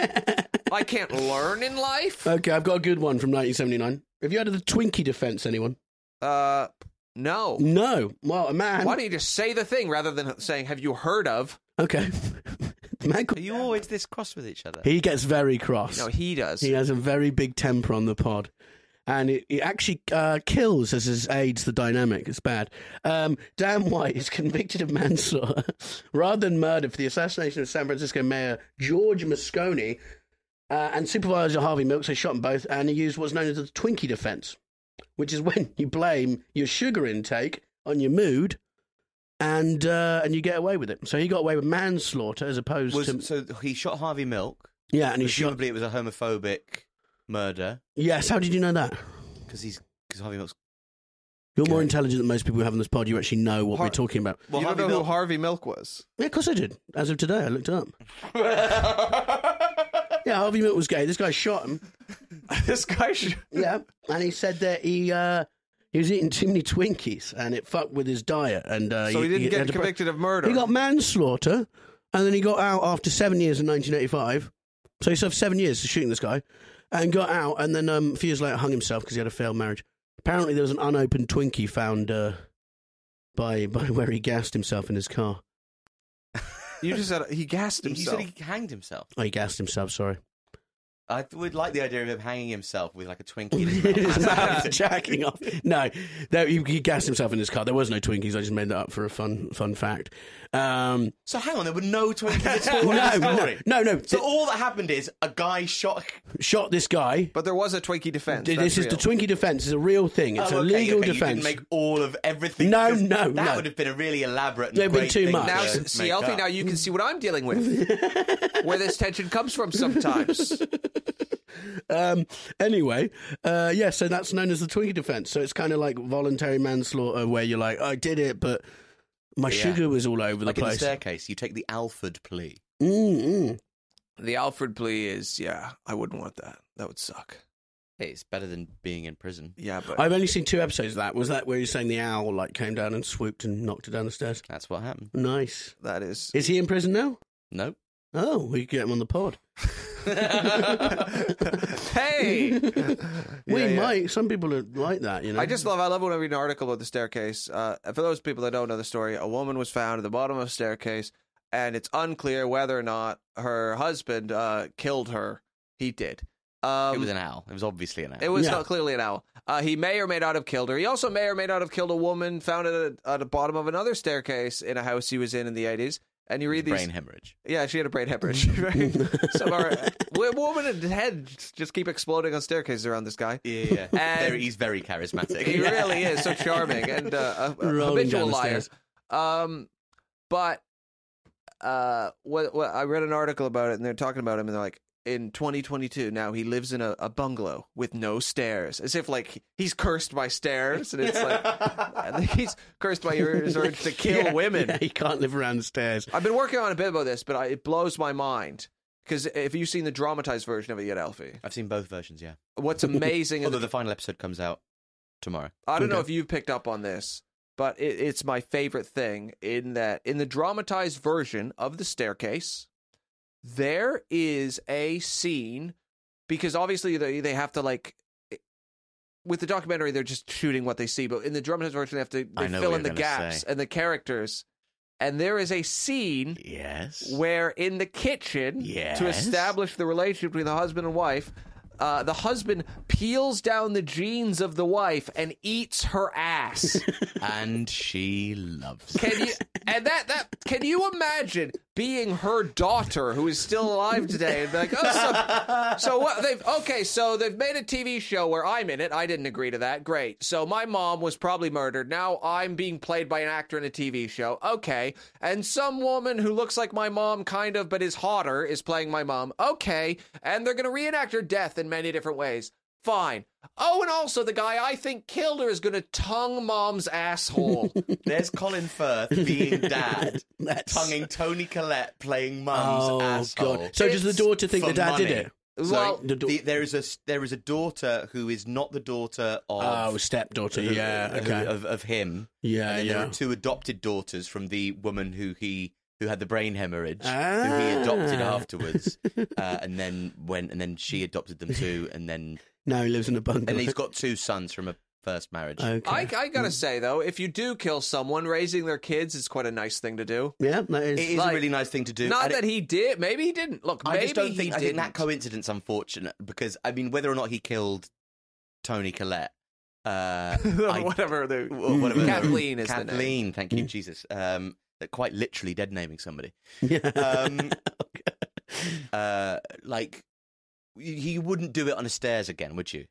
Speaker 3: I can't learn in life.
Speaker 2: Okay, I've got a good one from 1979. Have you heard of the Twinkie defense? Anyone?
Speaker 3: Uh, no.
Speaker 2: No. Well, a man.
Speaker 3: Why don't you just say the thing rather than saying, "Have you heard of?"
Speaker 2: Okay. The man
Speaker 4: Are you always this cross with each other?
Speaker 2: He gets very cross.
Speaker 3: No, he does.
Speaker 2: He uh, has a very big temper on the pod. And it, it actually uh, kills as it aids the dynamic. It's bad. Um, Dan White is convicted of manslaughter rather than murder for the assassination of San Francisco Mayor George Moscone uh, and Supervisor Harvey Milks. They shot them both, and he used what's known as the Twinkie defense, which is when you blame your sugar intake on your mood, and uh, and you get away with it. So he got away with manslaughter as opposed
Speaker 4: Was,
Speaker 2: to
Speaker 4: so he shot Harvey Milk.
Speaker 2: yeah, and he shot.
Speaker 4: Presumably, it was a homophobic murder
Speaker 2: Yes, how did you know that?
Speaker 4: because he's because Harvey Milk's.
Speaker 2: You're more intelligent than most people who have on this pod. You actually know what
Speaker 3: Har-
Speaker 2: we're talking about.
Speaker 3: you don't know who Harvey Milk was.
Speaker 2: Yeah, of course I did. As of today, I looked it up. yeah, Harvey Milk was gay. This guy shot him.
Speaker 3: this guy. Sh-
Speaker 2: yeah, and he said that he uh, he was eating too many Twinkies and it fucked with his diet. And uh,
Speaker 3: So he didn't
Speaker 2: had
Speaker 3: get
Speaker 2: to-
Speaker 3: convicted of murder.
Speaker 2: He got manslaughter, and then he got out after seven years in 1985. So he served seven years for shooting this guy, and got out, and then um, a few years later hung himself because he had a failed marriage. Apparently, there was an unopened Twinkie found uh, by by where he gassed himself in his car.
Speaker 3: you just said he gassed
Speaker 4: You said
Speaker 3: himself.
Speaker 4: he hanged himself.
Speaker 2: Oh, he gassed himself. Sorry.
Speaker 4: I th- would like the idea of him hanging himself with like a Twinkie. in his mouth.
Speaker 2: He's jacking off. No, no, he, he gassed himself in his car. There was no Twinkies. I just made that up for a fun fun fact. Um,
Speaker 4: so hang on, there were no Twinkies at
Speaker 2: no,
Speaker 4: all. in the
Speaker 2: no,
Speaker 4: story.
Speaker 2: no, no.
Speaker 4: So all that happened is a guy shot.
Speaker 2: Shot this guy.
Speaker 3: But there was a Twinkie defense.
Speaker 2: Th-
Speaker 3: That's
Speaker 2: This is the
Speaker 3: real.
Speaker 2: Twinkie defense. It's a real thing. It's
Speaker 4: Oh,
Speaker 2: a
Speaker 4: okay,
Speaker 2: legal
Speaker 4: okay, You
Speaker 2: defense.
Speaker 4: didn't make all of everything.
Speaker 2: No,
Speaker 4: 'cause
Speaker 2: no,
Speaker 4: That
Speaker 2: no.
Speaker 4: would have been a really elaborate. And
Speaker 2: There'd been
Speaker 4: great
Speaker 2: too
Speaker 4: thing
Speaker 2: much.
Speaker 3: Now,
Speaker 4: to
Speaker 3: s- see,
Speaker 4: make
Speaker 3: Alfie,
Speaker 4: up.
Speaker 3: now you can see what I'm dealing with, where this tension comes from sometimes.
Speaker 2: um, anyway, uh, yeah, so that's known as the Twinkie defense. So it's kind of like voluntary manslaughter where you're like, I did it, but my
Speaker 4: Yeah.
Speaker 2: sugar was all over
Speaker 4: like
Speaker 2: the
Speaker 4: in the
Speaker 2: place. Mm,
Speaker 4: staircase, you take the Alford plea.
Speaker 2: Mm-mm.
Speaker 3: The Alfred plea is, yeah, I wouldn't want that. That would suck.
Speaker 4: Hey, it's better than being in prison.
Speaker 3: Yeah, but
Speaker 2: I've only seen two episodes of that. Was that where you're saying the owl like came down and swooped and knocked her down the stairs?
Speaker 4: That's what happened.
Speaker 2: Nice.
Speaker 3: that is.
Speaker 2: Is he in prison now?
Speaker 4: Nope.
Speaker 2: Oh, we could get him on the pod.
Speaker 3: hey,
Speaker 2: we
Speaker 3: Yeah, yeah.
Speaker 2: might. Some people are like that, you know.
Speaker 3: I just love. I love when I read an article about the staircase. Uh, for those people that don't know the story, a woman was found at the bottom of a staircase, and it's unclear whether or not her husband uh, killed her. He did. Um,
Speaker 4: it was an owl. It was obviously an owl.
Speaker 3: It was
Speaker 2: Yeah.
Speaker 3: not clearly an owl. Uh, he may or may not have killed her. He also may or may not have killed a woman found at, a, at the bottom of another staircase in a house he was in in the eighties. And you read these,
Speaker 4: brain hemorrhage.
Speaker 3: yeah, she had a brain hemorrhage. Right? Some are, wo- woman and heads just keep exploding on staircases around this guy.
Speaker 4: Yeah,
Speaker 3: And-
Speaker 4: Very- he's very charismatic.
Speaker 3: He really is so charming and uh, a, a
Speaker 2: Rolling
Speaker 3: habitual
Speaker 2: down the
Speaker 3: liar.
Speaker 2: stairs.
Speaker 3: Um, but uh, what, what I read an article about it, and they're talking about him, and they're like, in 2022 now he lives in a, a bungalow with no stairs, as if like he's cursed by stairs, and it's like I think he's cursed by your urge to kill
Speaker 6: Yeah,
Speaker 3: women.
Speaker 6: yeah, he can't live around stairs.
Speaker 3: I've been working on a bit about this, but I, it blows my mind because if you've seen the dramatized version of it yet, Alfie,
Speaker 2: I've seen both versions, yeah.
Speaker 3: What's amazing is
Speaker 2: Although
Speaker 3: the-
Speaker 2: the final episode comes out tomorrow.
Speaker 3: I don't know if you've picked up on this, but it, it's my favorite thing in that in the dramatized version of the staircase, there is a scene because obviously they they have to like with the documentary they're just shooting what they see, but in the dramatized version they have to
Speaker 2: I
Speaker 3: they
Speaker 2: know
Speaker 3: fill
Speaker 2: what
Speaker 3: in the
Speaker 2: you're gonna
Speaker 3: gaps
Speaker 2: say.
Speaker 3: and the characters. And there is a scene
Speaker 2: Yes.
Speaker 3: where in the kitchen
Speaker 2: Yes.
Speaker 3: to establish the relationship between the husband and wife uh, the husband peels down the jeans of the wife and eats her ass
Speaker 2: and she loves it.
Speaker 3: can you and that that can you imagine being her daughter who is still alive today and be like oh so, so what they've okay so they've made a tv show where i'm in it i didn't agree to that great so my mom was probably murdered now i'm being played by an actor in a tv show okay and some woman who looks like my mom kind of but is hotter is playing my mom okay and they're going to reenact her death in many different ways Fine. Oh, and also the guy I think killed her is going to tongue mom's asshole.
Speaker 2: There's Colin Firth being dad,
Speaker 6: That's-
Speaker 2: tonguing Tony Collette playing mum's
Speaker 6: Oh,
Speaker 2: asshole.
Speaker 6: God. So does the daughter think
Speaker 2: for
Speaker 6: the dad did
Speaker 2: money.
Speaker 6: it?
Speaker 2: So
Speaker 6: Well-
Speaker 2: the, there is a there is a daughter who is not the daughter of
Speaker 6: Oh, stepdaughter,
Speaker 2: who-
Speaker 6: yeah,
Speaker 2: who-
Speaker 6: okay.
Speaker 2: of, of him.
Speaker 6: Yeah,
Speaker 2: and then There
Speaker 6: yeah.
Speaker 2: are two adopted daughters from the woman who he who had the brain hemorrhage who he adopted
Speaker 6: Ah.
Speaker 2: afterwards, uh, and then went and then she adopted them too, and then
Speaker 6: Now he lives in a bungalow.
Speaker 2: and he's got two sons from a first marriage.
Speaker 6: Okay.
Speaker 3: I, I gotta say though, if you do kill someone, raising their kids is quite a nice thing to do.
Speaker 6: Yeah, that
Speaker 2: It
Speaker 6: is.
Speaker 2: is
Speaker 3: Like,
Speaker 2: a really nice thing to do.
Speaker 3: Not
Speaker 2: and it-
Speaker 3: that he did. Maybe he didn't. Look,
Speaker 2: I
Speaker 3: maybe
Speaker 2: just don't
Speaker 3: he
Speaker 2: think. I think
Speaker 3: didn't.
Speaker 2: that coincidence unfortunate because I mean, whether or not he killed Tony Collette, uh, I-
Speaker 3: whatever. The,
Speaker 2: or whatever
Speaker 3: Kathleen is the name.
Speaker 2: Kathleen, thank
Speaker 6: Mm.
Speaker 2: you, Jesus. Um, they're quite literally dead naming somebody. Um, uh, like you you wouldn't do it on the stairs again, would you?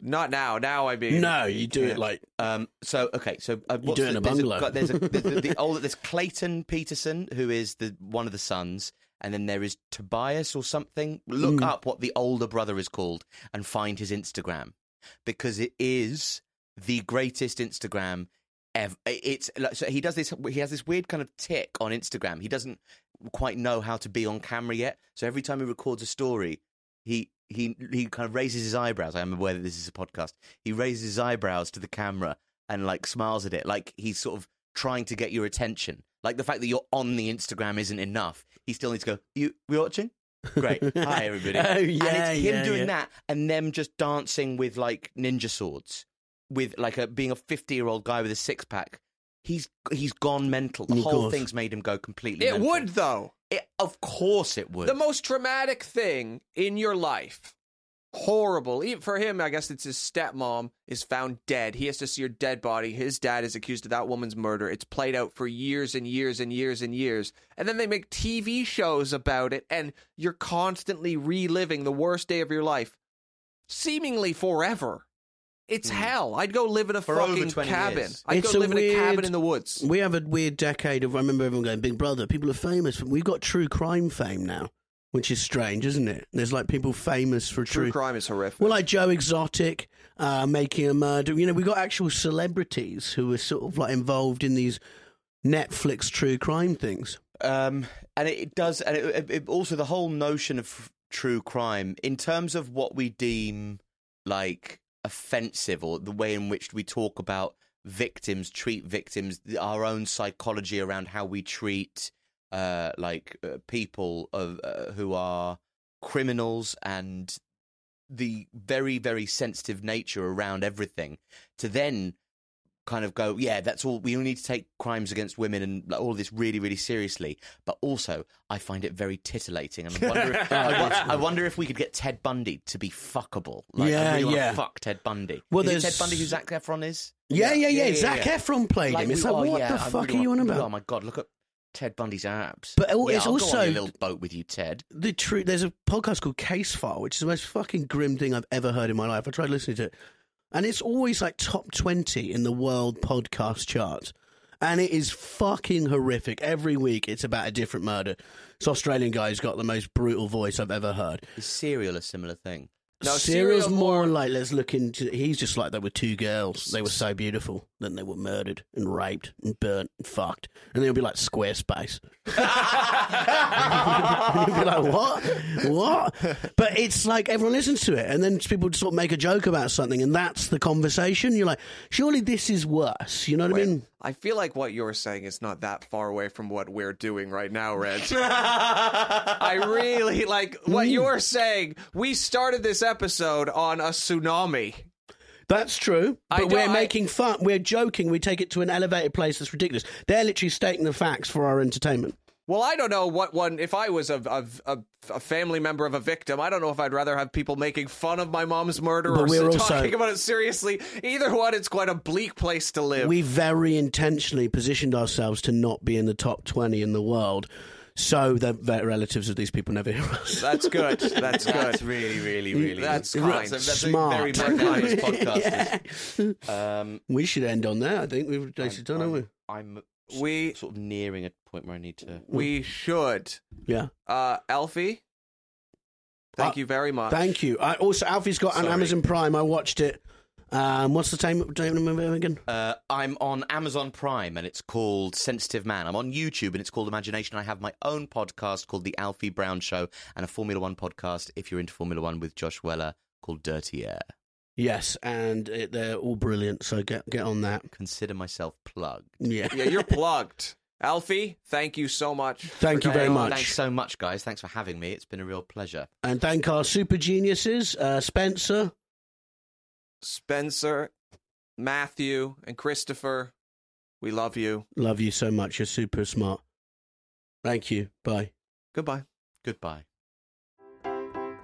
Speaker 3: Not now. Now I mean,
Speaker 6: No, you do it like
Speaker 2: Um, so okay, so uh, what's
Speaker 6: do it in
Speaker 2: the-
Speaker 6: a
Speaker 2: there's
Speaker 6: bungalow.
Speaker 2: got- There's, a, there's, the, the old, there's Clayton Peterson, who is the one of the sons, and then there is Tobias or something. Look
Speaker 6: Mm.
Speaker 2: up what the older brother is called and find his Instagram because it is the greatest Instagram ever. It's like, so he does this. He has this weird kind of tick on Instagram. He doesn't quite know how to be on camera yet. So every time he records a story, he he he kind of raises his eyebrows. I am aware that this is a podcast. He raises his eyebrows to the camera and like smiles at it, like he's sort of trying to get your attention. Like the fact that you're on the Instagram isn't enough. He still needs to go. You we watching? Great. Hi everybody.
Speaker 6: Oh,
Speaker 2: and
Speaker 6: yeah,
Speaker 2: it's him
Speaker 6: yeah,
Speaker 2: doing
Speaker 6: yeah.
Speaker 2: that and them just dancing with like ninja swords, with like a being a fifty year old guy with a six pack. He's he's gone mental. The
Speaker 6: Of
Speaker 2: whole
Speaker 6: course.
Speaker 2: thing's made him go completely.
Speaker 3: It
Speaker 2: mental.
Speaker 3: would though.
Speaker 2: It, of course it would.
Speaker 3: The most traumatic thing in your life, horrible. Even for him, I guess it's his stepmom is found dead. He has to see her dead body. His dad is accused of that woman's murder. It's played out for years and years and years and years. And then they make TV shows about it, and you're constantly reliving the worst day of your life, seemingly forever. It's hell. I'd go live in a
Speaker 2: For over
Speaker 3: fucking
Speaker 2: 20
Speaker 3: cabin.
Speaker 2: years.
Speaker 3: I'd
Speaker 6: It's
Speaker 3: go
Speaker 6: a
Speaker 3: live in a cabin
Speaker 6: weird-
Speaker 3: in the woods.
Speaker 6: We have a weird decade of. I remember everyone going Big Brother. People are famous. For, we've got true crime fame now, which is strange, isn't it? There's like people famous for
Speaker 3: True,
Speaker 6: true.
Speaker 3: crime is horrific.
Speaker 6: Well, like Joe Exotic uh, making a murder. You know, we got actual celebrities who were sort of like involved in these Netflix true crime things.
Speaker 2: um, and it, it does, and it, it- it, also the whole notion of true crime in terms of what we deem like offensive or the way in which we talk about victims, treat victims, the- our own psychology around how we treat uh, like uh, people of uh, who are criminals and the very very sensitive nature around everything to then kind of go, yeah, that's all. We all need to take crimes against women and like, all this really, really seriously. But also, I find it very titillating, and I wonder, if, I, wa- I wonder if we could get Ted Bundy to be fuckable. Like,
Speaker 6: Yeah,
Speaker 2: I really
Speaker 6: yeah.
Speaker 2: Want to fuck Ted Bundy.
Speaker 6: Well,
Speaker 2: Well, is it
Speaker 6: there's-
Speaker 2: Ted Bundy who Zac Efron is?
Speaker 6: Yeah, yeah, yeah. Zac
Speaker 2: yeah.
Speaker 6: Efron played him.
Speaker 2: we-
Speaker 6: It's like,
Speaker 2: oh,
Speaker 6: what the
Speaker 2: yeah, I
Speaker 6: fuck
Speaker 2: really
Speaker 6: are you
Speaker 2: want-
Speaker 6: on about?
Speaker 2: Oh my god, look at Ted Bundy's abs.
Speaker 6: But oh,
Speaker 2: yeah,
Speaker 6: it's
Speaker 2: I'll go on
Speaker 6: also-
Speaker 2: your little boat with you, Ted.
Speaker 6: the truth. There's a podcast called Case File, which is the most fucking grim thing I've ever heard in my life. I tried listening to it, and it's always like top twenty in the world podcast chart.
Speaker 2: and it is fucking horrific. Every week, it's about a different murder. This Australian guy's got the most brutal voice I've ever heard.
Speaker 10: Is serial a similar thing?
Speaker 2: No, serial's more like let's look into. He's just like that with two girls. They were so beautiful, then they were murdered and raped and burnt and fucked, and they'll be like Squarespace. and you'll be like, what? What? But it's like everyone listens to it, and then people just sort of make a joke about something, and that's the conversation. You're like, surely this is worse. You know what I mean?
Speaker 3: I feel like what you're saying is not that far away from what we're doing right now, Reg. I really like what
Speaker 2: Mm.
Speaker 3: you're saying. We started this episode on a tsunami.
Speaker 2: That's true.
Speaker 3: I
Speaker 2: But
Speaker 3: do-
Speaker 2: we're
Speaker 3: I-
Speaker 2: making fun. We're joking. We take it to an elevated place that's ridiculous. They're literally stating the facts for our entertainment.
Speaker 3: Well, I don't know what one. If I was a, a, a, a family member of a victim, I don't know if I'd rather have people making fun of my mom's murder
Speaker 2: But
Speaker 3: or
Speaker 2: we're
Speaker 3: talking
Speaker 2: also-
Speaker 3: about it seriously. Either one, it's quite a bleak place to live.
Speaker 2: We very intentionally positioned ourselves to not be in the top 20 in the world. So the the relatives of these people never hear us.
Speaker 3: That's good. That's good. Mm,
Speaker 10: That's really, really, really.
Speaker 3: That's
Speaker 10: good.
Speaker 3: kind.
Speaker 10: That's, a- that's
Speaker 2: Smart.
Speaker 10: a very Americanized podcast.
Speaker 2: Yeah.
Speaker 10: Um,
Speaker 2: we should end on that. I think we've actually done, haven't we?
Speaker 10: I'm
Speaker 3: we
Speaker 10: sort of nearing a point where I need to.
Speaker 3: we should.
Speaker 2: Yeah.
Speaker 3: Uh, Alfie, thank you very
Speaker 10: Uh,
Speaker 3: much.
Speaker 2: Uh, Thank you. I also Alfie's got an
Speaker 3: Sorry.
Speaker 2: Amazon Prime. I watched it. Um, what's the time? Don't remember it again.
Speaker 10: Uh, I'm on Amazon Prime and it's called Sensitive Man. I'm on YouTube and it's called Imagination. I have my own podcast called The Alfie Brown Show and a Formula One podcast, if you're into Formula One, with Josh Weller called Dirty Air.
Speaker 2: Yes, and it, they're all brilliant. So get get on that.
Speaker 10: Consider myself plugged.
Speaker 2: Yeah.
Speaker 3: Yeah, you're plugged. Alfie, thank you so much.
Speaker 2: Thank
Speaker 3: for
Speaker 2: you very
Speaker 3: coming on.
Speaker 2: much.
Speaker 10: Thanks so much, guys. Thanks for having me. It's been a real pleasure.
Speaker 2: And thank our super geniuses, uh, Spencer.
Speaker 3: Spencer, Matthew, and Christopher. We love you.
Speaker 2: Love you so much. You're super smart. Thank you. Bye.
Speaker 3: Goodbye.
Speaker 10: Goodbye.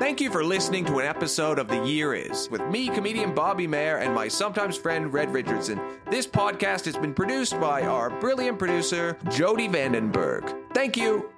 Speaker 3: Thank you for listening to an episode of The Year Is with me, comedian Bobby Mayer, and my sometimes friend Red Richardson. This podcast has been produced by our brilliant producer, Jody Vandenberg. Thank you